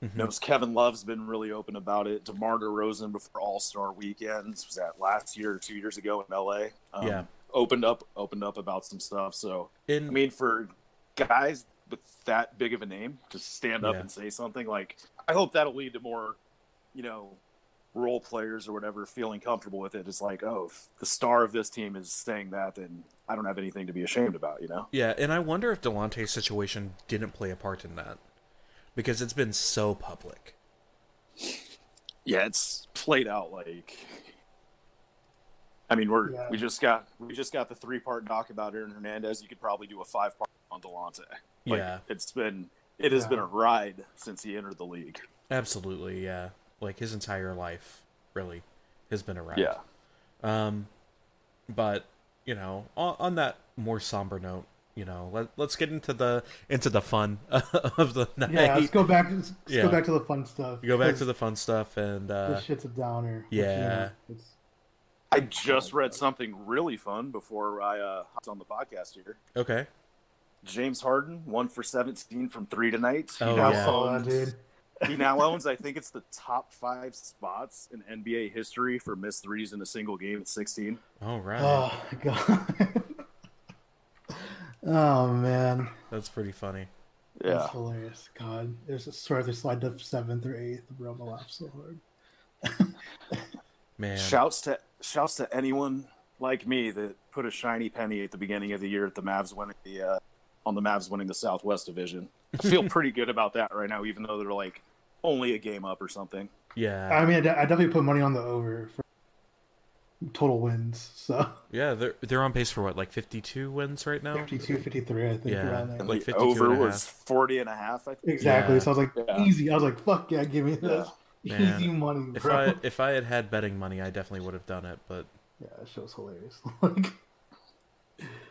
Speaker 3: Mm-hmm.
Speaker 5: knows Kevin Love's been really open about it. DeMar DeRozan before All Star Weekends was that last year or two years ago in LA. Um,
Speaker 3: Yeah.
Speaker 5: opened up opened up about some stuff. So
Speaker 3: In
Speaker 5: I mean, for guys with that big of a name to stand up
Speaker 3: Yeah.
Speaker 5: and say something like, I hope that'll lead to more, you know, role players or whatever feeling comfortable with it. It's like, oh, if the star of this team is saying that, then I don't have anything to be ashamed about, you know?
Speaker 3: Yeah, and I wonder if Delonte's situation didn't play a part in that because it's been so public.
Speaker 5: Yeah, it's played out like. I mean, we're
Speaker 4: Yeah.
Speaker 5: we just got we just got the three part doc about Aaron Hernandez. You could probably do a five part on Delonte. Like,
Speaker 3: Yeah.
Speaker 5: it's been it has
Speaker 4: Yeah.
Speaker 5: been a ride since he entered the league.
Speaker 3: Absolutely, yeah. Like his entire life really has been around.
Speaker 5: Yeah.
Speaker 3: But, you know, on, on that more somber note, you know, let, let's get into the into the fun <laughs> of the night.
Speaker 4: Yeah, let's go back. Let's
Speaker 3: Yeah.
Speaker 4: go back to the fun stuff.
Speaker 3: Go back
Speaker 4: 'cause
Speaker 3: to the fun stuff and uh
Speaker 4: This shit's a downer. which,
Speaker 3: yeah.
Speaker 4: you know, it's-
Speaker 5: I just read something really fun before I uh, hopped on the podcast here.
Speaker 3: okay.
Speaker 5: James Harden, one for 17 from three tonight. He,
Speaker 3: Oh,
Speaker 5: now,
Speaker 3: yeah.
Speaker 4: Oh, dude.
Speaker 5: he now owns, I think it's the top five spots in NBA history for missed threes in a single game at 16.
Speaker 3: All right.
Speaker 4: Oh my god. <laughs> oh man,
Speaker 3: That's pretty funny.
Speaker 5: Yeah.
Speaker 4: that's hilarious. God, there's a swear they slide to seventh or eighth. Bro, I'm gonna laugh so hard.
Speaker 3: Man.
Speaker 5: Shouts to shouts to anyone like me that put a shiny penny at the beginning of the year at the Mavs winning the uh, on the Mavs winning the Southwest Division. I
Speaker 3: <laughs>
Speaker 5: feel pretty good about that right now, even though they're like only a game up or something.
Speaker 3: yeah.
Speaker 4: I mean, I, de- I definitely put money on the over for total wins. So
Speaker 3: Yeah, they're they're on pace for what, like fifty two wins right now?
Speaker 4: 52, 53, I think.
Speaker 3: Yeah.
Speaker 4: around there.
Speaker 5: And
Speaker 3: Like
Speaker 5: the
Speaker 3: 52
Speaker 5: over
Speaker 3: and a
Speaker 5: was
Speaker 3: half.
Speaker 5: 40 and a half, I think.
Speaker 4: Exactly.
Speaker 3: Yeah.
Speaker 4: So I was like,
Speaker 5: Yeah.
Speaker 4: easy. I was like, fuck yeah, give me this.
Speaker 3: Man.
Speaker 4: <laughs> Easy money,
Speaker 3: If
Speaker 4: bro.
Speaker 3: I if I had had betting money, I definitely would have done it. But
Speaker 4: Yeah, that show's hilarious. <laughs> like,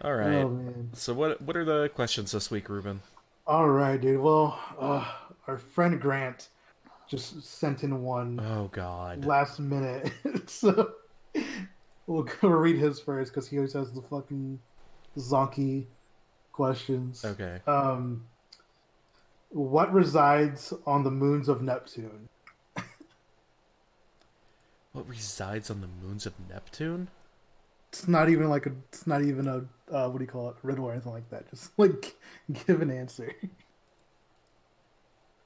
Speaker 3: all right.
Speaker 4: oh man.
Speaker 3: so what what are the questions this week, Ruben?
Speaker 4: All right, dude. Well, uh, our friend Grant just sent in one
Speaker 3: Oh God.
Speaker 4: last minute, <laughs> so we'll go read his first because he always has the fucking zonky questions.
Speaker 3: okay.
Speaker 4: Um, what resides on the moons of Neptune?
Speaker 3: What resides on the moons of Neptune?
Speaker 4: It's not even like a. It's not even a. Uh, what do you call it? Riddle or anything like that. Just <laughs> like give an answer.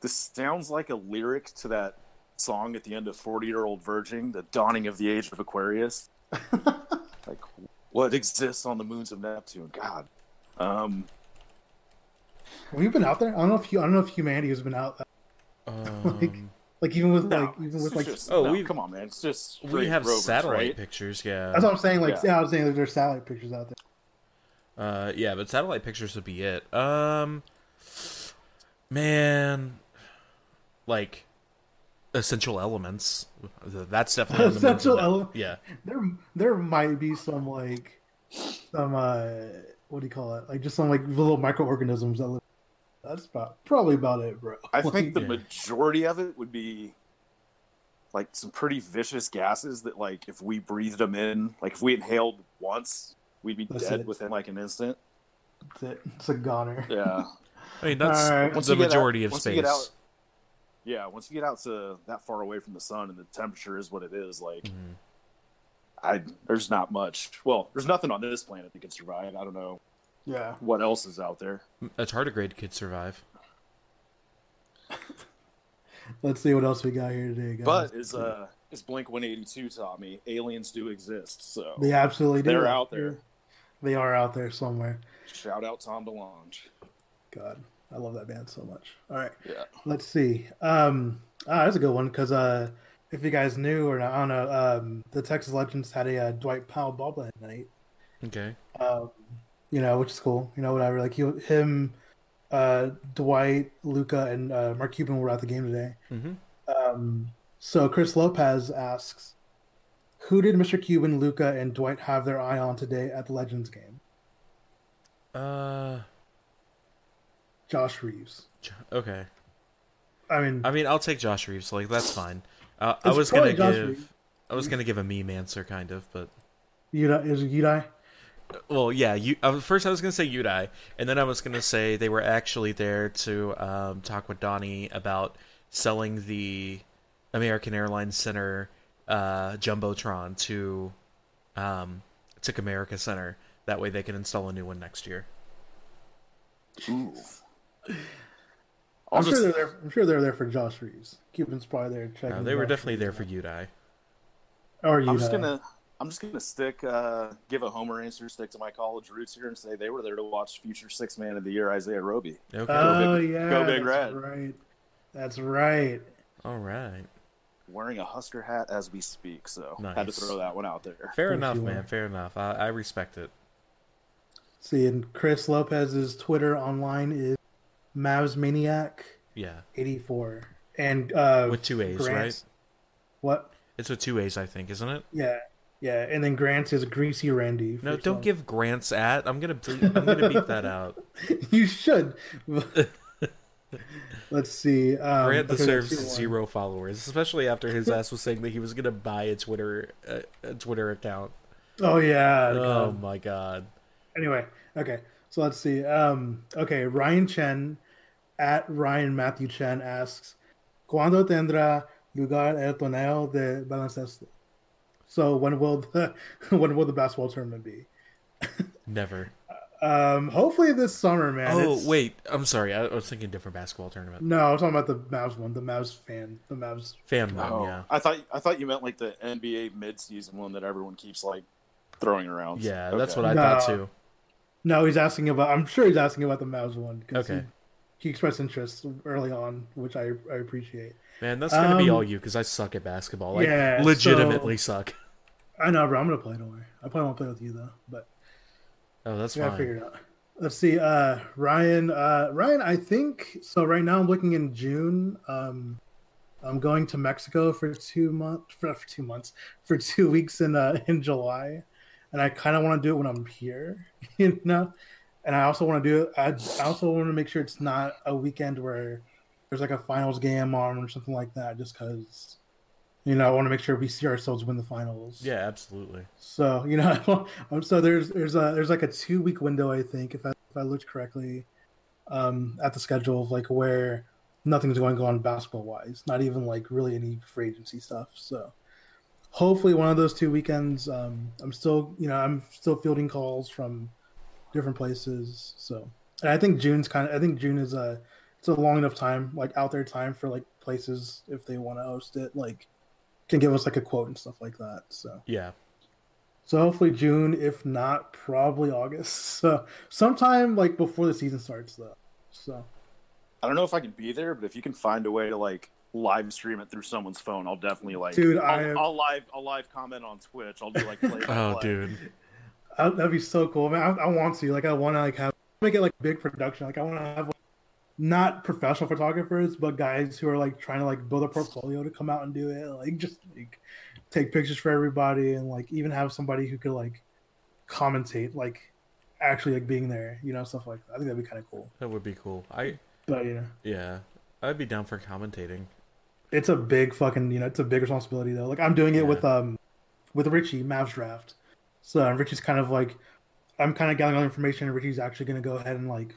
Speaker 5: This sounds like a lyric to that song at the end of 40 Year Old Virgin, The Dawning of the Age
Speaker 4: <laughs>
Speaker 5: of Aquarius. like, what exists on the moons of Neptune? God. Um,
Speaker 4: Have you been out there? I don't know if you. I don't know if humanity has been out.
Speaker 3: Um,
Speaker 4: <laughs> Like even with
Speaker 5: no,
Speaker 4: like even with
Speaker 5: it's
Speaker 4: like.
Speaker 5: just-
Speaker 3: Oh,
Speaker 5: no,
Speaker 3: we've-
Speaker 5: come on, man. It's just
Speaker 3: we
Speaker 5: straight
Speaker 3: have
Speaker 5: rovers,
Speaker 3: satellite
Speaker 5: right?
Speaker 3: pictures. Yeah.
Speaker 4: That's what I'm saying. Like
Speaker 5: Yeah.
Speaker 4: yeah, I was saying, like, there's satellite pictures out there.
Speaker 3: Uh, yeah, but satellite pictures would be it. Um, man, like essential elements. That's definitely on the moons of
Speaker 4: Essential
Speaker 3: Nep-
Speaker 4: ele-
Speaker 3: Yeah.
Speaker 4: There, there might be some like, some uh, what do you call it? Like just some like little microorganisms that live. That's about probably about it, bro. <laughs>
Speaker 5: I think the
Speaker 3: Yeah.
Speaker 5: majority of it would be like some pretty vicious gases that, like, if we breathed them in, like, if we inhaled once, we'd be
Speaker 4: That's
Speaker 5: dead
Speaker 4: it.
Speaker 5: within like an instant.
Speaker 4: That's it. It's a goner.
Speaker 5: Yeah.
Speaker 3: I mean, that's
Speaker 4: All right.
Speaker 5: Once
Speaker 3: the
Speaker 5: you get out-
Speaker 3: majority of
Speaker 5: once you
Speaker 3: space.
Speaker 5: get out- Yeah, once you get out to that far away from the sun and the temperature is what it is, like
Speaker 3: Mhm.
Speaker 5: I there's not much. Well, there's nothing on this planet that can survive. I don't know
Speaker 4: Yeah.
Speaker 5: what else is out there.
Speaker 3: A tardigrade could survive.
Speaker 4: Let's see what else we got here today, guys.
Speaker 5: But is uh as Blink 182 taught me, aliens do exist. So
Speaker 4: They absolutely do.
Speaker 5: Oh, They're out there.
Speaker 4: They are out there somewhere.
Speaker 5: shout out Tom DeLonge.
Speaker 4: God, I love that band so much. All right,
Speaker 5: Yeah.
Speaker 4: let's see. Um, ah, that's a good one because uh, if you guys knew or not, I don't know. Um, the Texas Legends had a uh, Dwight Powell bobblehead night.
Speaker 3: Okay.
Speaker 4: Um, you know, which is cool. You know, whatever. Like he, him, uh, Dwight, Luca, and uh, Mark Cuban were at the game today.
Speaker 3: Mm-hmm.
Speaker 4: Um, so Chris Lopez asks, "Who did Mr. Cuban, Luca, and Dwight have their eye on today at the Legends game?"
Speaker 3: Uh.
Speaker 4: Josh Reeves.
Speaker 3: Jo- Okay.
Speaker 4: I mean,
Speaker 3: I mean, I'll take Josh Reeves. Like that's fine. Uh, I
Speaker 4: It's
Speaker 3: was gonna
Speaker 4: probably Josh
Speaker 3: give.
Speaker 4: Reeves.
Speaker 3: I was gonna give a meme answer, kind of, but
Speaker 4: Yudai is it Yudai?
Speaker 3: well, yeah. You uh, first, I was gonna say Udai, and then I was gonna say they were actually there to um, talk with Donnie about selling the American Airlines Center uh, jumbotron to um, to Comerica Center. That way, they can install a new one next year.
Speaker 5: Ooh.
Speaker 4: I'm sure they're there. I'm sure they're there for Josh Reeves. Cuban's probably there checking.
Speaker 3: Uh, they were
Speaker 4: Josh
Speaker 3: definitely there
Speaker 4: Reeves
Speaker 3: for Udai.
Speaker 4: out. Or
Speaker 5: I'm just
Speaker 4: Yudai.
Speaker 5: gonna I'm just gonna stick uh, give a Homer answer, stick to my college roots here, and say they were there to watch future six man of the year Isaiah Roby.
Speaker 3: Okay.
Speaker 4: Oh
Speaker 5: Big-
Speaker 4: yeah,
Speaker 5: Go
Speaker 4: that's
Speaker 5: Big Red.
Speaker 4: Right, that's right.
Speaker 3: All right.
Speaker 5: Wearing a Husker hat as we speak, so had to
Speaker 3: Nice.
Speaker 5: throw that one out there.
Speaker 3: Fair
Speaker 4: Thank
Speaker 3: enough,
Speaker 4: you,
Speaker 3: man.
Speaker 4: Warren.
Speaker 3: Fair enough. I, I respect it.
Speaker 4: See, and Chris Lopez's Twitter online is Mavs Maniac
Speaker 3: Yeah.
Speaker 4: eighty four, and uh,
Speaker 3: With two A's, right?
Speaker 4: What?
Speaker 3: It's with two A's, I think, isn't it?
Speaker 4: Yeah, yeah, and then Grant's is Greasy Randy.
Speaker 3: No,
Speaker 4: for
Speaker 3: don't
Speaker 4: some-
Speaker 3: give Grants at. I'm gonna bleep, I'm gonna beep that out.
Speaker 4: <laughs>
Speaker 3: <laughs>
Speaker 4: you should. Let's see. Um,
Speaker 3: Grant
Speaker 4: okay,
Speaker 3: deserves
Speaker 4: two, one.
Speaker 3: zero followers, especially after his ass was saying that he was gonna buy a Twitter a, a Twitter account.
Speaker 4: Oh yeah.
Speaker 3: Oh
Speaker 4: God.
Speaker 3: my god.
Speaker 4: Anyway, okay. So let's see. Um, okay, Ryan Chen at Ryan Matthew Chen asks, "Cuándo tendrá lugar el torneo de baloncesto?" So when will the <laughs> when will the basketball tournament be?
Speaker 3: Never.
Speaker 4: Um, hopefully this summer, man.
Speaker 3: oh
Speaker 4: It's-
Speaker 3: wait, I'm sorry. I, I was thinking different basketball tournament.
Speaker 4: No, I'm talking about the Mavs one, the Mavs fan, the Mavs.
Speaker 3: Fan one,
Speaker 5: Oh,
Speaker 3: yeah.
Speaker 5: I thought I thought you meant like the NBA midseason one that everyone keeps like throwing around.
Speaker 3: Yeah,
Speaker 5: Okay.
Speaker 3: that's what I thought
Speaker 4: No.
Speaker 3: too.
Speaker 4: No, he's asking about. I'm sure he's asking about the Mavs one. 'cause
Speaker 3: Okay.
Speaker 4: He, he expressed interest early on, which I I appreciate.
Speaker 3: Man, that's gonna be
Speaker 4: Um,
Speaker 3: all you because I suck at basketball. Like
Speaker 4: yeah, so-
Speaker 3: legitimately suck.
Speaker 4: I know, bro. I'm gonna play. Don't worry. I probably won't play with you though, but.
Speaker 3: Oh, that's
Speaker 4: Yeah, I
Speaker 3: fine.
Speaker 4: figured it out. Let's see, uh, Ryan. Uh, Ryan, I think so. Right now, I'm looking in June. Um, I'm going to Mexico for two months. For, for two months, for <laughs> two weeks in uh, in July, and I kind of want to do it when I'm here, <laughs> you know. And I also want to do it. I, I also want to make sure it's not a weekend where there's like a finals game on or something like that, just because, you know, I want to make sure we see ourselves win the finals.
Speaker 3: Yeah, absolutely.
Speaker 4: So you know, <laughs> um, so there's there's a there's like a two week window I think if I if I looked correctly, um, at the schedule of like where nothing's going on basketball wise, not even like really any free agency stuff. So hopefully one of those two weekends, um, I'm still you know I'm still fielding calls from different places. So and I think June's kind of I think June is a it's a long enough time like out there time for like places if they want to host it like can give us like a quote and stuff like that. So.
Speaker 3: Yeah.
Speaker 4: So hopefully June, if not probably August. <laughs> So sometime like before the season starts though. So
Speaker 5: I don't know if I can be there, but if you can find a way to like live stream it through someone's phone, I'll definitely like.
Speaker 4: Dude,
Speaker 5: I'll,
Speaker 4: I-
Speaker 5: I'll live I'll live comment on Twitch.
Speaker 3: <laughs>
Speaker 5: I'll do like play.
Speaker 3: Oh, dude.
Speaker 4: I, that'd be so cool. Man, I, I want to like I want to like have make it like big production. Like I want to have like, not professional photographers, but guys who are like trying to like build a portfolio to come out and do it. Like <laughs> just like take pictures for everybody and like even have somebody who could like commentate like actually like being there. You know stuff like that. I think that'd be kind of cool.
Speaker 3: That would be cool. I
Speaker 4: But you know.
Speaker 3: yeah. I'd be down for commentating.
Speaker 4: it's a big fucking you know it's a big responsibility though like i'm doing it
Speaker 3: Yeah.
Speaker 4: with um with richie mavs draft so um, richie's kind of like i'm kind of gathering all the information and richie's actually going to go ahead and like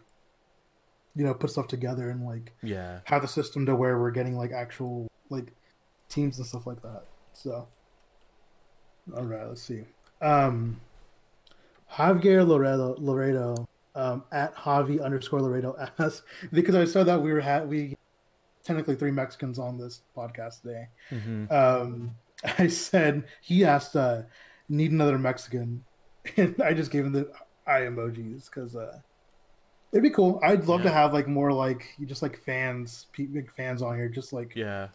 Speaker 4: you know put stuff together and like
Speaker 3: Yeah.
Speaker 4: have the system to where we're getting like actual like teams and stuff like that so all right let's see um javier laredo laredo um at javi underscore laredo asks <laughs> because i saw that we were had we technically three mexicans on this podcast today
Speaker 3: Mm-hmm.
Speaker 4: um, <laughs> I said he asked, uh, "Need another Mexican," <laughs> and I just gave him the eye emojis because uh, it'd be cool. I'd love to
Speaker 3: Yeah.
Speaker 4: have like more like you just like fans, pe- big fans on here, just like
Speaker 3: Yeah.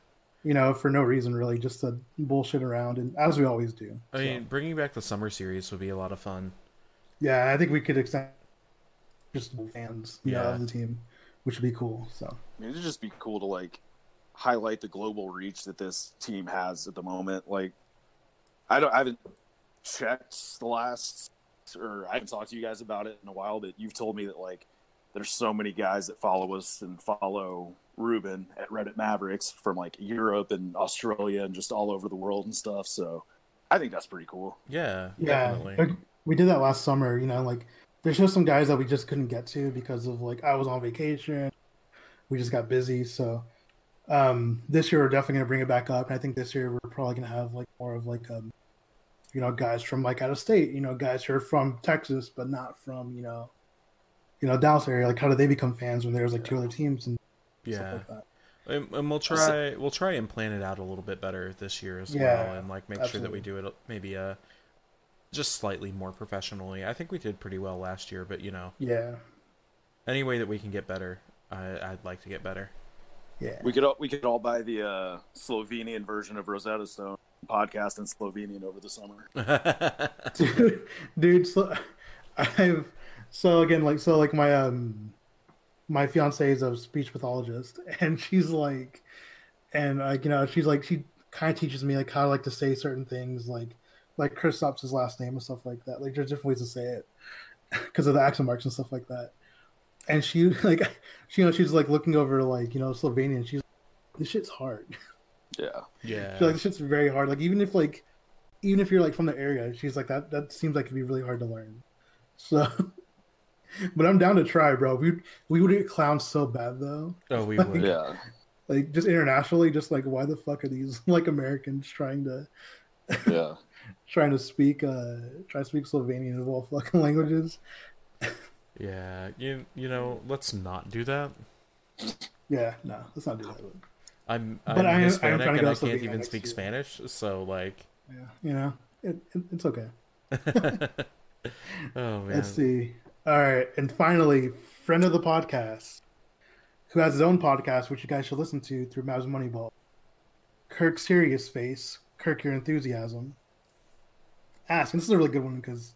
Speaker 4: you know for no reason really, just to bullshit around and as we always do.
Speaker 3: I mean, bringing back the summer series would be a lot of fun.
Speaker 4: Yeah, I think we could extend just fans, you know,
Speaker 3: Yeah.
Speaker 4: of the team, which would be cool. So
Speaker 5: I mean, it'd just be cool to like highlight the global reach that this team has at the moment. Like, I don't, I haven't checked the last, or I haven't talked to you guys about it in a while, but you've told me that like there's so many guys that follow us and follow Ruben at Reddit Mavericks from like Europe and Australia and just all over the world and stuff. So I think that's pretty cool.
Speaker 3: Yeah.
Speaker 4: yeah,
Speaker 3: Definitely.
Speaker 4: like, we did that last summer. You know, like there's just some guys that we just couldn't get to because of like I was on vacation, we just got busy. So um this year we're definitely gonna bring it back up, and I think this year we're probably gonna have like more of like um you know guys from like out of state, you know guys who are from Texas but not from you know you know Dallas area. Like how do they become fans when there's like two other teams and stuff
Speaker 3: Yeah.
Speaker 4: like that?
Speaker 3: And, and we'll try we'll try and plan it out a little bit better this year as
Speaker 4: Yeah,
Speaker 3: well and like make sure that we do it maybe uh just slightly more professionally. I think we did pretty well last year, but you know,
Speaker 4: Yeah,
Speaker 3: any way that we can get better, I I'd like to get better. <laughs>
Speaker 4: yeah.
Speaker 5: We could all, we could all buy the uh, Slovenian version of Rosetta Stone podcast in Slovenian over the summer.
Speaker 4: dude, dude so i've so again like so like my um my fiance is a speech pathologist and she's like and like you know she's like she kind of teaches me like how like to say certain things like like chris Sopps's last name and stuff like that like there's different ways to say it <laughs> because of the accent marks and stuff like that and she <laughs> like she you know she's like looking over like you know slovenia and she's this shit's hit's hard
Speaker 5: Yeah.
Speaker 3: yeah.
Speaker 4: She's like, this shit's very hard. Like, even if like, even if you're like from the area, she's like that. That seems like it'd be really hard to learn. So, <laughs> but I'm down to try, bro. We we would get clowned so bad though.
Speaker 3: oh, we would.
Speaker 5: Yeah.
Speaker 4: Like just internationally, just like why the fuck are these <laughs> like Americans trying to
Speaker 5: Yeah.
Speaker 4: trying to speak uh try to speak Slovenian of all fucking <laughs> languages?
Speaker 3: Yeah, you you know, let's not do that.
Speaker 4: Yeah, no, let's not do that.
Speaker 3: I'm I'm
Speaker 4: But I am- I am
Speaker 3: Hispanic
Speaker 4: trying to
Speaker 3: and
Speaker 4: go
Speaker 3: I
Speaker 4: to Slovenia
Speaker 3: can't even
Speaker 4: next
Speaker 3: speak
Speaker 4: year.
Speaker 3: Spanish, so like,
Speaker 4: Yeah, you know, it, it, it's okay.
Speaker 3: oh man,
Speaker 4: Let's see. All right, and finally, friend of the podcast, who has his own podcast, which you guys should listen to through Mavs Moneyball. Kirk Serious Face, Kirk Your Enthusiasm. Ask, and this is a really good one because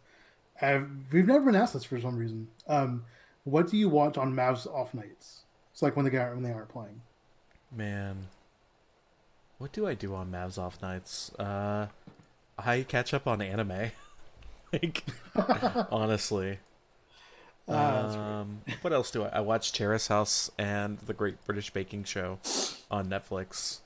Speaker 4: we've never been asked this for some reason. Um, what do you watch on Mavs off nights? It's like when they got when they aren't playing.
Speaker 3: man, what do I do on Mavs off nights? Uh, I catch up on anime, <laughs>
Speaker 4: <laughs>
Speaker 3: like honestly.
Speaker 4: Uh,
Speaker 3: um, what else do I? I watch Terrace House and The Great British Baking Show on Netflix.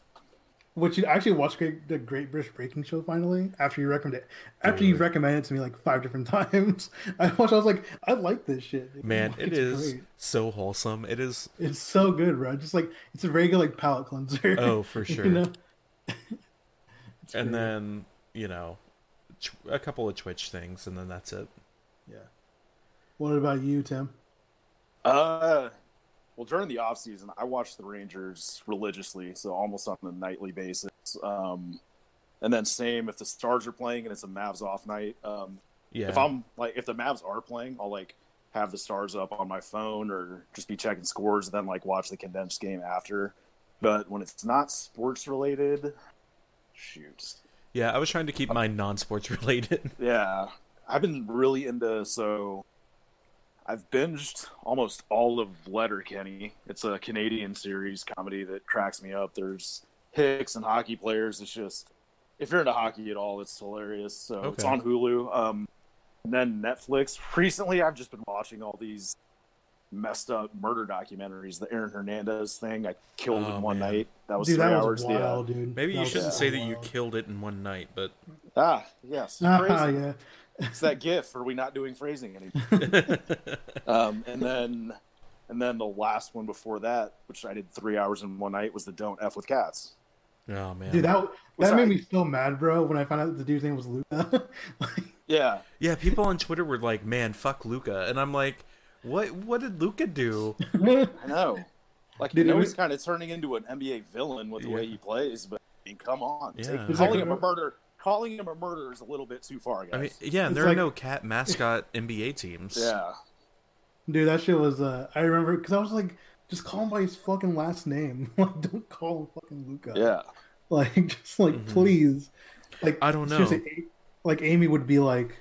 Speaker 4: Which you actually watched Great, the Great British Breaking Show finally after you recommended after you recommended it to me like five different <laughs> times. I watched. I was like, I like this shit. dude.
Speaker 3: Man,
Speaker 4: Like,
Speaker 3: it
Speaker 4: it's
Speaker 3: is
Speaker 4: great.
Speaker 3: so wholesome. It is
Speaker 4: It's so good, bro. Just like it's a very good like palate cleanser. <laughs>
Speaker 3: Oh, for
Speaker 4: You
Speaker 3: sure.
Speaker 4: know?
Speaker 3: and then you know tw- a couple of twitch things and then that's it
Speaker 4: Yeah. What about you, Tim?
Speaker 5: Uh, well, during the off season, I watched the Rangers religiously, so almost on a nightly basis. Um, and then same if the Stars are playing and it's a Mavs off night. Um,
Speaker 3: yeah
Speaker 5: If I'm like, if the Mavs are playing, I'll like have the Stars up on my phone or just be checking scores and then like watch the condensed game after. But when it's not sports related, shoot,
Speaker 3: yeah i was trying to keep mine non-sports <laughs> related
Speaker 5: Yeah, I've been really into so. I've binged almost all of Letterkenny. It's a Canadian series comedy that cracks me up. There's Hicks and hockey players. It's just if you're into hockey at all, it's hilarious. So it's
Speaker 3: Okay.
Speaker 5: on Hulu. Um, and then Netflix. <laughs> Recently, I've just been watching all these messed up murder documentaries. The Aaron Hernandez thing. I killed
Speaker 3: Oh,
Speaker 5: in one
Speaker 3: man.
Speaker 5: night. That was
Speaker 4: dude,
Speaker 5: three
Speaker 4: that
Speaker 5: hours.
Speaker 4: was
Speaker 5: The, uh,
Speaker 4: wild, dude.
Speaker 3: maybe you
Speaker 4: was
Speaker 3: shouldn't
Speaker 4: so
Speaker 3: say that you
Speaker 4: wild.
Speaker 3: killed it in one night but
Speaker 5: ah, yes.
Speaker 4: Ah,
Speaker 5: crazy.
Speaker 4: <laughs> yeah.
Speaker 5: It's that GIF. Are we not doing phrasing anymore?
Speaker 3: <laughs>
Speaker 5: um, and then, and then the last one before that, which I did three hours in one night, was the "Don't f with cats."
Speaker 3: oh man
Speaker 4: Dude, that
Speaker 5: Was
Speaker 4: that made
Speaker 5: I-
Speaker 4: me so mad, bro, when I found out the dude's name was Luca. like,
Speaker 5: Yeah,
Speaker 3: yeah people on twitter were like man fuck luca and i'm like what what did luca do
Speaker 4: <laughs>
Speaker 3: <laughs>
Speaker 5: I know. Like
Speaker 4: Dude,
Speaker 5: you know,
Speaker 4: it
Speaker 5: he's
Speaker 4: was-
Speaker 5: kind of turning into an NBA villain with the way
Speaker 3: Yeah.
Speaker 5: he plays, but
Speaker 6: mean, come on. Take-
Speaker 3: Yeah.
Speaker 4: He's like-
Speaker 6: calling him a murderer, calling him a murderer is a little bit too far, guys.
Speaker 3: I mean, yeah,
Speaker 4: It's
Speaker 3: there are
Speaker 4: like-
Speaker 3: no cat mascot <laughs> NBA teams.
Speaker 6: yeah.
Speaker 4: Dude, that shit was. Uh, I remember because I was like, just call him by his fucking last name. <laughs> Like, don't call him fucking Luca.
Speaker 6: Yeah.
Speaker 4: Like, <laughs> just like,
Speaker 3: Mhm.
Speaker 4: please. Like,
Speaker 3: I don't know.
Speaker 4: seriously, A- Like, Amy would be like,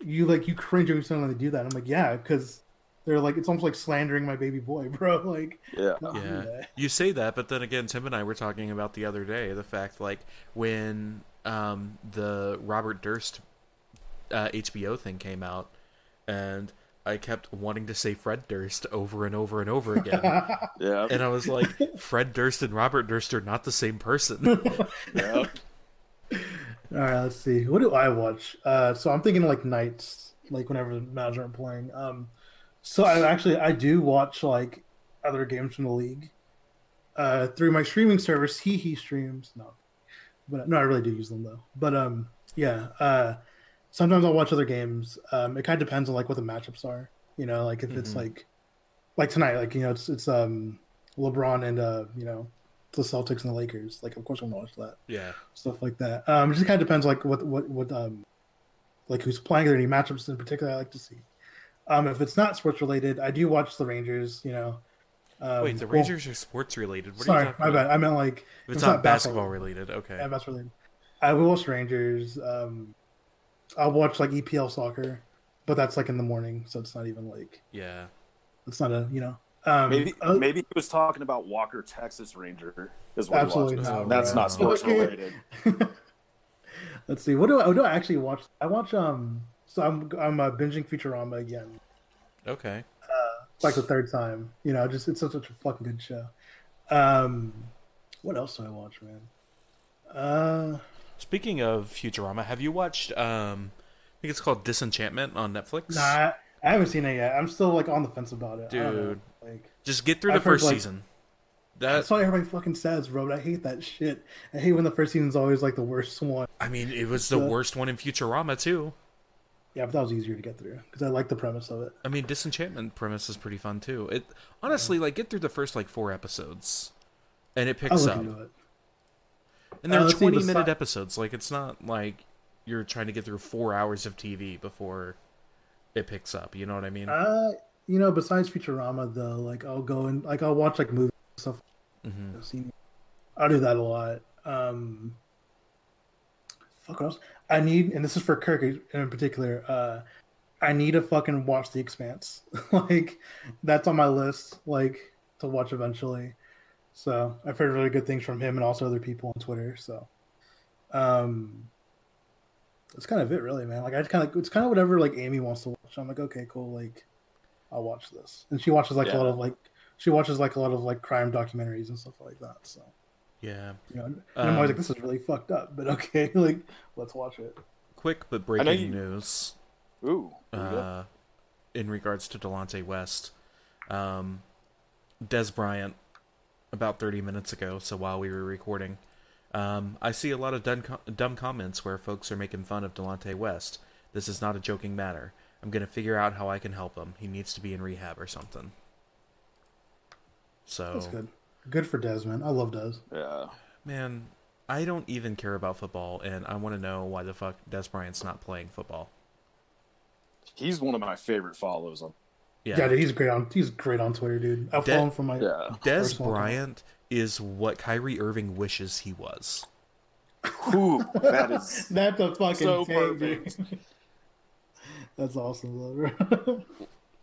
Speaker 4: you like you cringe every time they do that. I'm like, yeah, because they're like, it's almost like slandering my baby boy, <laughs> bro. Like,
Speaker 6: Yeah.
Speaker 4: don't do <laughs>
Speaker 3: Yeah.
Speaker 4: that.
Speaker 3: You say that, but then again, Tim and I were talking about the other day the fact like when um, the Robert Durst uh, HBO thing came out, and I kept wanting to say Fred Durst over and over and over again,
Speaker 4: <laughs>
Speaker 6: Yeah.
Speaker 3: and I was like, Fred Durst and Robert Durst are not the same person.
Speaker 6: yeah.
Speaker 4: Um, All right, let's see. What do I watch? Uh, so I'm thinking like nights, like whenever the Mavs aren't playing. Um, so I actually I do watch like other games from the league uh, through my streaming service. He he streams no, but no, I really do use them though. But um, yeah. Uh, sometimes I'll watch other games. Um, it kind of depends on like what the matchups are. You know, like if it's
Speaker 3: Mhm.
Speaker 4: like like tonight, like you know, it's it's um LeBron and uh you know the Celtics and the Lakers. Like of course I'm gonna watch that
Speaker 3: yeah,
Speaker 4: stuff like that. Um, it just kind of depends, like what what what um, like who's playing. Are there any matchups in particular I like to see? Um, if it's not sports related, I do watch the Rangers. You know, um,
Speaker 3: wait, the
Speaker 4: well,
Speaker 3: Rangers are sports related. What are you
Speaker 4: sorry,
Speaker 3: talking
Speaker 4: my
Speaker 3: about?
Speaker 4: bad. I meant like
Speaker 3: If it's, not, basketball related, okay.
Speaker 4: yeah, that's related. I will watch Rangers. Um, I'll watch like EPL soccer, but that's like in the morning, so it's not even like
Speaker 3: yeah.
Speaker 4: it's not a you know. Um,
Speaker 6: Maybe
Speaker 4: uh,
Speaker 6: maybe he was talking about Walker, Texas Ranger. Is what he
Speaker 4: Absolutely
Speaker 6: watches.
Speaker 4: not,
Speaker 6: That's
Speaker 3: bro.
Speaker 6: not sports
Speaker 4: <laughs> Okay.
Speaker 6: related.
Speaker 4: Let's see. What do I, what do I actually watch? I watch um. So I'm I'm uh, binging Futurama again.
Speaker 3: Okay.
Speaker 4: It's like the third time. You know, just it's such, such a fucking good show. Um, what else do I watch, man? Uh,
Speaker 3: Speaking of Futurama, have you watched? Um, I think it's called Disenchantment on Netflix.
Speaker 4: nah, I I haven't seen it yet. I'm still like on the fence about it. I don't know,
Speaker 3: Dude.
Speaker 4: like
Speaker 3: Just get through the
Speaker 4: I've heard,
Speaker 3: first
Speaker 4: like-
Speaker 3: season. That
Speaker 4: that's what everybody fucking says, bro. But I hate that shit. I hate when the first season's always like the worst one.
Speaker 3: I mean, it was the
Speaker 4: Yeah.
Speaker 3: worst one in Futurama too.
Speaker 4: Yeah, but that was easier to get through because I like the premise of it.
Speaker 3: I mean, Disenchantment premise is pretty fun too. It honestly, like, get through the first like four episodes, and it
Speaker 4: I'll
Speaker 3: picks
Speaker 4: look
Speaker 3: up.
Speaker 4: into it.
Speaker 3: And they're
Speaker 4: Uh, let's see,
Speaker 3: twenty minute
Speaker 4: besi-
Speaker 3: episodes. Like, it's not like you're trying to get through four hours of TV before it picks up. You know what I mean?
Speaker 4: Uh, you know, besides Futurama, though, like I'll go and like I'll watch like movies and stuff.
Speaker 3: Mhm.
Speaker 4: I've seen- I do that a lot. Um, fuck what else? I need, and this is for Kirk in particular. Uh, I need to fucking watch The Expanse. <laughs> like that's on my list. Like to watch eventually. So I've heard really good things from him and also other people on Twitter. So, um, that's kind of it, really, man. Like I just kind of it's kind of whatever like Amy wants to watch. I'm like, okay, cool. Like I'll watch this, and she watches like
Speaker 6: Yeah.
Speaker 4: a lot of like she watches like a lot of like crime documentaries and stuff like that. So
Speaker 3: yeah.
Speaker 4: you know, and I'm always like, this
Speaker 3: Um,
Speaker 4: is really fucked up, but okay, <laughs> like let's watch it.
Speaker 3: Quick but
Speaker 6: know
Speaker 3: breaking
Speaker 6: you-
Speaker 3: news.
Speaker 6: Ooh.
Speaker 3: uh, in regards to Delonte West. Um, Des Bryant, about 30 minutes ago, so while we were recording, um, I see a lot of dumb, co- dumb comments where folks are making fun of Delonte West. This is not a joking matter. I'm going to figure out how I can help him. He needs to be in rehab or something. So,
Speaker 4: That's good. Good for Desmond. I love Des.
Speaker 6: yeah.
Speaker 3: man, I don't even care about football, and I want to know why the fuck Des Bryant's not playing football.
Speaker 6: He's one of my favorite follows on.
Speaker 4: Yeah, dude, he's great on he's great on Twitter, dude. I follow him for my
Speaker 6: Yeah.
Speaker 3: Des
Speaker 4: Personal account.
Speaker 3: Bryant is what Kyrie Irving wishes he was.
Speaker 6: Ooh, that
Speaker 4: <laughs>
Speaker 6: is
Speaker 4: That's a fucking
Speaker 6: so
Speaker 4: take, dude.
Speaker 6: perfect.
Speaker 4: <laughs> That's awesome, <laughs> though.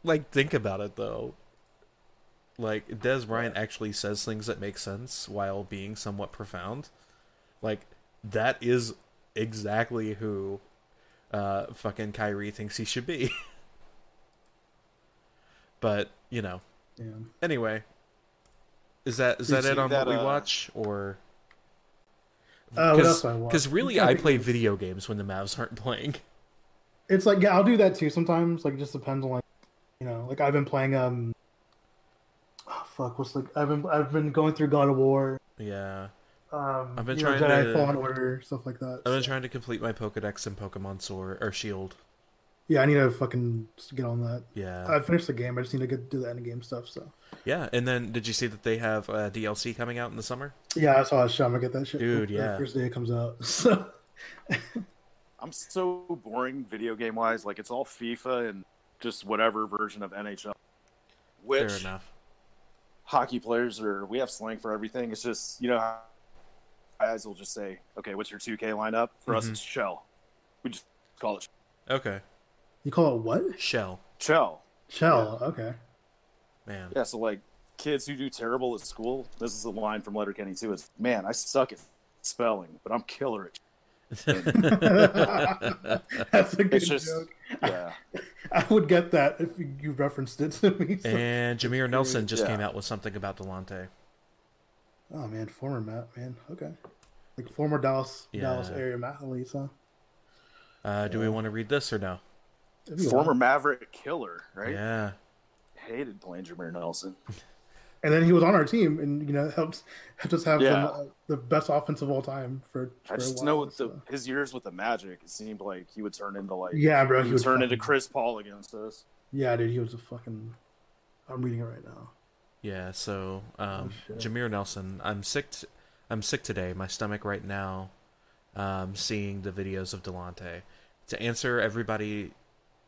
Speaker 3: Like, think about it though. Like, Des Bryant actually says things that make sense while being somewhat profound. Like, that is exactly who uh, fucking Kyrie thinks he should be. <laughs> but you know,
Speaker 4: yeah.
Speaker 3: anyway, is that is
Speaker 6: You
Speaker 3: that it
Speaker 6: see
Speaker 3: on
Speaker 6: that,
Speaker 3: what we
Speaker 6: uh,
Speaker 3: watch or?
Speaker 4: Uh, what else do I watch?
Speaker 3: Because really, I play video games when the Mavs aren't playing. <laughs>
Speaker 4: It's like yeah, I'll do that too sometimes. Like it just depends on like you know, like I've been playing um oh, fuck, what's like I've been I've been going through God of War,
Speaker 3: Yeah.
Speaker 4: um
Speaker 3: I've been
Speaker 4: you know,
Speaker 3: trying
Speaker 4: Jedi
Speaker 3: to-
Speaker 4: Fallen Order, stuff like that.
Speaker 3: I've been trying to complete my Pokedex in Pokemon Sword or Shield.
Speaker 4: Yeah, I need to fucking just get on that.
Speaker 3: Yeah.
Speaker 4: I finished the game. I just need to get do the end game stuff. So
Speaker 3: yeah. And then did you see that they have uh, DLC coming out in the summer?
Speaker 4: yeah, that's all I show. I'm gonna get that shit.
Speaker 3: Dude,
Speaker 4: the
Speaker 3: yeah.
Speaker 4: First day it comes out. <laughs> So
Speaker 5: I'm so boring video game wise. Like it's all FIFA and just whatever version of NHL.
Speaker 3: Fair
Speaker 5: Which
Speaker 3: enough.
Speaker 5: hockey players are we have slang for everything. It's just you know how guys will just say, Okay, what's your two K lineup? For us
Speaker 3: Mhm.
Speaker 5: it's shell. We just call it
Speaker 3: Okay.
Speaker 4: you call it what?
Speaker 3: Shell.
Speaker 5: shell.
Speaker 4: Shell. Okay. <laughs>
Speaker 3: Man.
Speaker 5: Yeah, so like kids who do terrible at school, this is a line from Letterkenny too. It's man, I suck at spelling, but I'm killer at
Speaker 4: That's a good
Speaker 5: it's just
Speaker 4: joke.
Speaker 5: yeah.
Speaker 4: I would get that if you- you referenced it to me. So-
Speaker 3: And Jameer Nelson just
Speaker 5: Yeah.
Speaker 3: came out with something about Delonte.
Speaker 4: Oh man, former Matt, man. Okay, like former Dallas
Speaker 3: Yeah.
Speaker 4: Dallas area athletes, huh?
Speaker 3: Uh, do we want to read this or no?
Speaker 4: If you
Speaker 5: Former
Speaker 4: want.
Speaker 5: Maverick killer, right?
Speaker 3: Yeah.
Speaker 5: Hated playing Jameer Nelson.
Speaker 4: and then he was on our team, and you know helps helped us have
Speaker 5: Yeah.
Speaker 4: the, the best offense of all time for. for
Speaker 5: I
Speaker 4: a
Speaker 5: just
Speaker 4: while,
Speaker 5: know with the
Speaker 4: so.
Speaker 5: his years with the Magic, it seemed like he would turn into like
Speaker 4: yeah, bro.
Speaker 5: he
Speaker 4: He
Speaker 5: would
Speaker 4: was
Speaker 5: turn into
Speaker 4: fucking-
Speaker 5: Chris Paul against us.
Speaker 4: Yeah, dude, he was a fucking. I'm reading it right now.
Speaker 3: Yeah, so um, Jameer Nelson, I'm sick. T- I'm sick today. My stomach right now. Um, seeing the videos of Delonte to answer everybody,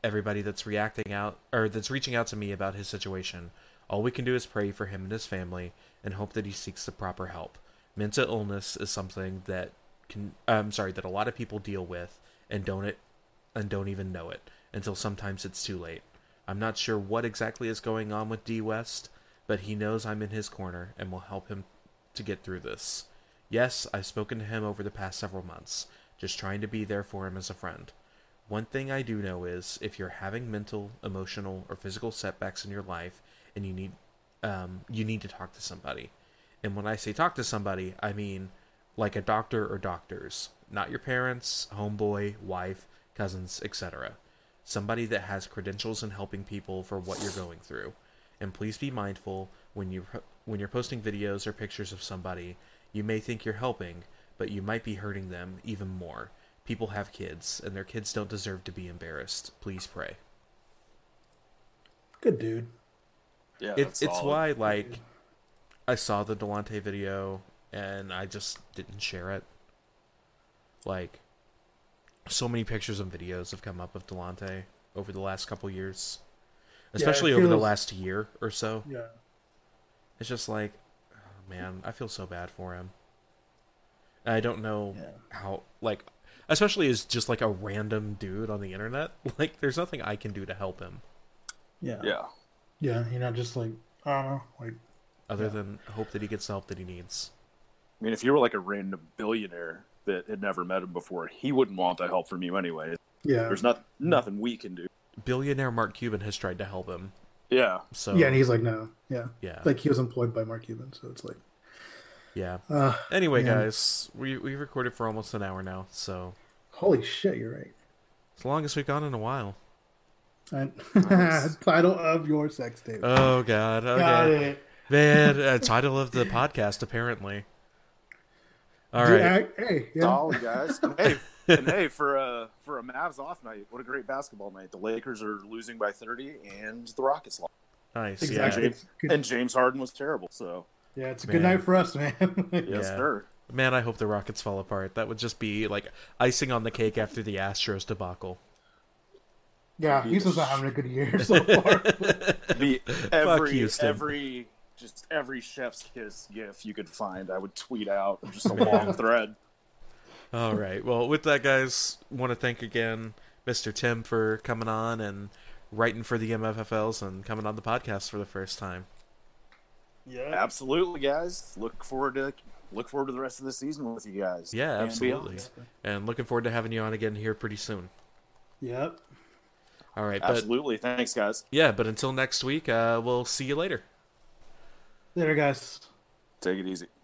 Speaker 3: everybody that's reacting out or that's reaching out to me about his situation. All we can do is pray for him and his family and hope that he seeks the proper help. Mental illness is something that can. I'm sorry that a lot of people deal with and don't it and don't even know it until sometimes it's too late. I'm not sure what exactly is going on with D West, but he knows I'm in his corner and will help him to get through this. Yes, I've spoken to him over the past several months, just trying to be there for him as a friend. One thing I do know is if you're having mental, emotional, or physical setbacks in your life and you need um, you need to talk to somebody. And when I say talk to somebody, I mean like a doctor or doctors, not your parents, homeboy, wife, cousins, etc. Somebody that has credentials in helping people for what you're going through. And please be mindful when you when you're posting videos or pictures of somebody, you may think you're helping, but you might be hurting them even more. People have kids, and their kids don't deserve to be embarrassed. Please pray.
Speaker 4: Good dude.
Speaker 5: Yeah,
Speaker 3: it's
Speaker 5: that's
Speaker 3: it's
Speaker 5: solid.
Speaker 3: why like I saw the Delonte video and I just didn't share it. Like so many pictures and videos have come up of Delonte over the last couple years, especially over the
Speaker 4: feels-
Speaker 3: last year or so.
Speaker 4: Yeah.
Speaker 3: It's just like, oh, man, I feel so bad for him. And I don't know how like especially as just like a random dude on the internet. <laughs> Like there's nothing I can do to help him
Speaker 4: Yeah.
Speaker 5: Yeah.
Speaker 4: Yeah. You're not just like I don't know, like
Speaker 3: other than hope that he gets the help that he needs.
Speaker 5: I mean if you were like a random billionaire that had never met him before, he wouldn't want that help from you anyway.
Speaker 4: yeah.
Speaker 5: There's not nothing we can do.
Speaker 3: billionaire Mark Cuban has tried to help him.
Speaker 5: Yeah.
Speaker 3: So
Speaker 4: Yeah,
Speaker 3: yeah,
Speaker 4: and he's like no. Yeah.
Speaker 3: Yeah.
Speaker 4: Like he was employed by Mark Cuban, so it's like uh,
Speaker 3: Anyway,
Speaker 4: Yeah.
Speaker 3: guys, we we recorded for almost an hour now, so
Speaker 4: holy shit, you're right.
Speaker 3: it's the longest we've gone in a while.
Speaker 4: And <laughs> title of your sex tape.
Speaker 3: Oh God,
Speaker 4: Got
Speaker 3: okay,
Speaker 4: it.
Speaker 3: man. Uh, title of the podcast apparently. All
Speaker 4: Dude,
Speaker 3: right,
Speaker 4: I- hey, yeah.
Speaker 5: Solid guys. And hey, and hey, for a for a Mavs off night, what a great basketball night. The Lakers are losing by 30, and the Rockets lost.
Speaker 3: nice.
Speaker 4: Exactly.
Speaker 3: Yeah.
Speaker 4: It's good-
Speaker 5: And James Harden was terrible. So
Speaker 4: yeah, it's a
Speaker 3: Man.
Speaker 4: good night for us, man. <laughs>
Speaker 5: yes,
Speaker 3: Yeah.
Speaker 5: sir.
Speaker 3: Man, I hope the Rockets fall apart. That would just be like icing on the cake after the Astros debacle.
Speaker 4: yeah, Houston's not having a good year
Speaker 3: <laughs>
Speaker 4: so far.
Speaker 5: Be every
Speaker 3: Houston.
Speaker 5: every just every chef's kiss gif you could find, I would
Speaker 3: <laughs>
Speaker 5: tweet out just a long thread.
Speaker 3: All right.
Speaker 4: <laughs>
Speaker 3: Well, with that, guys, want to thank again Mr. Tim for coming on and writing for the MFFLs and coming on the podcast for the first time.
Speaker 4: yeah.
Speaker 5: Absolutely, guys. Look forward to look forward to the rest of the season with you guys.
Speaker 3: Yeah,
Speaker 5: And beyond.
Speaker 3: absolutely. And looking forward to having you on again here pretty soon.
Speaker 4: Yep.
Speaker 3: All right, but
Speaker 5: Absolutely. Thanks, guys.
Speaker 3: yeah, but until next week, uh, we'll see you later.
Speaker 4: Later, guys.
Speaker 5: Take it easy.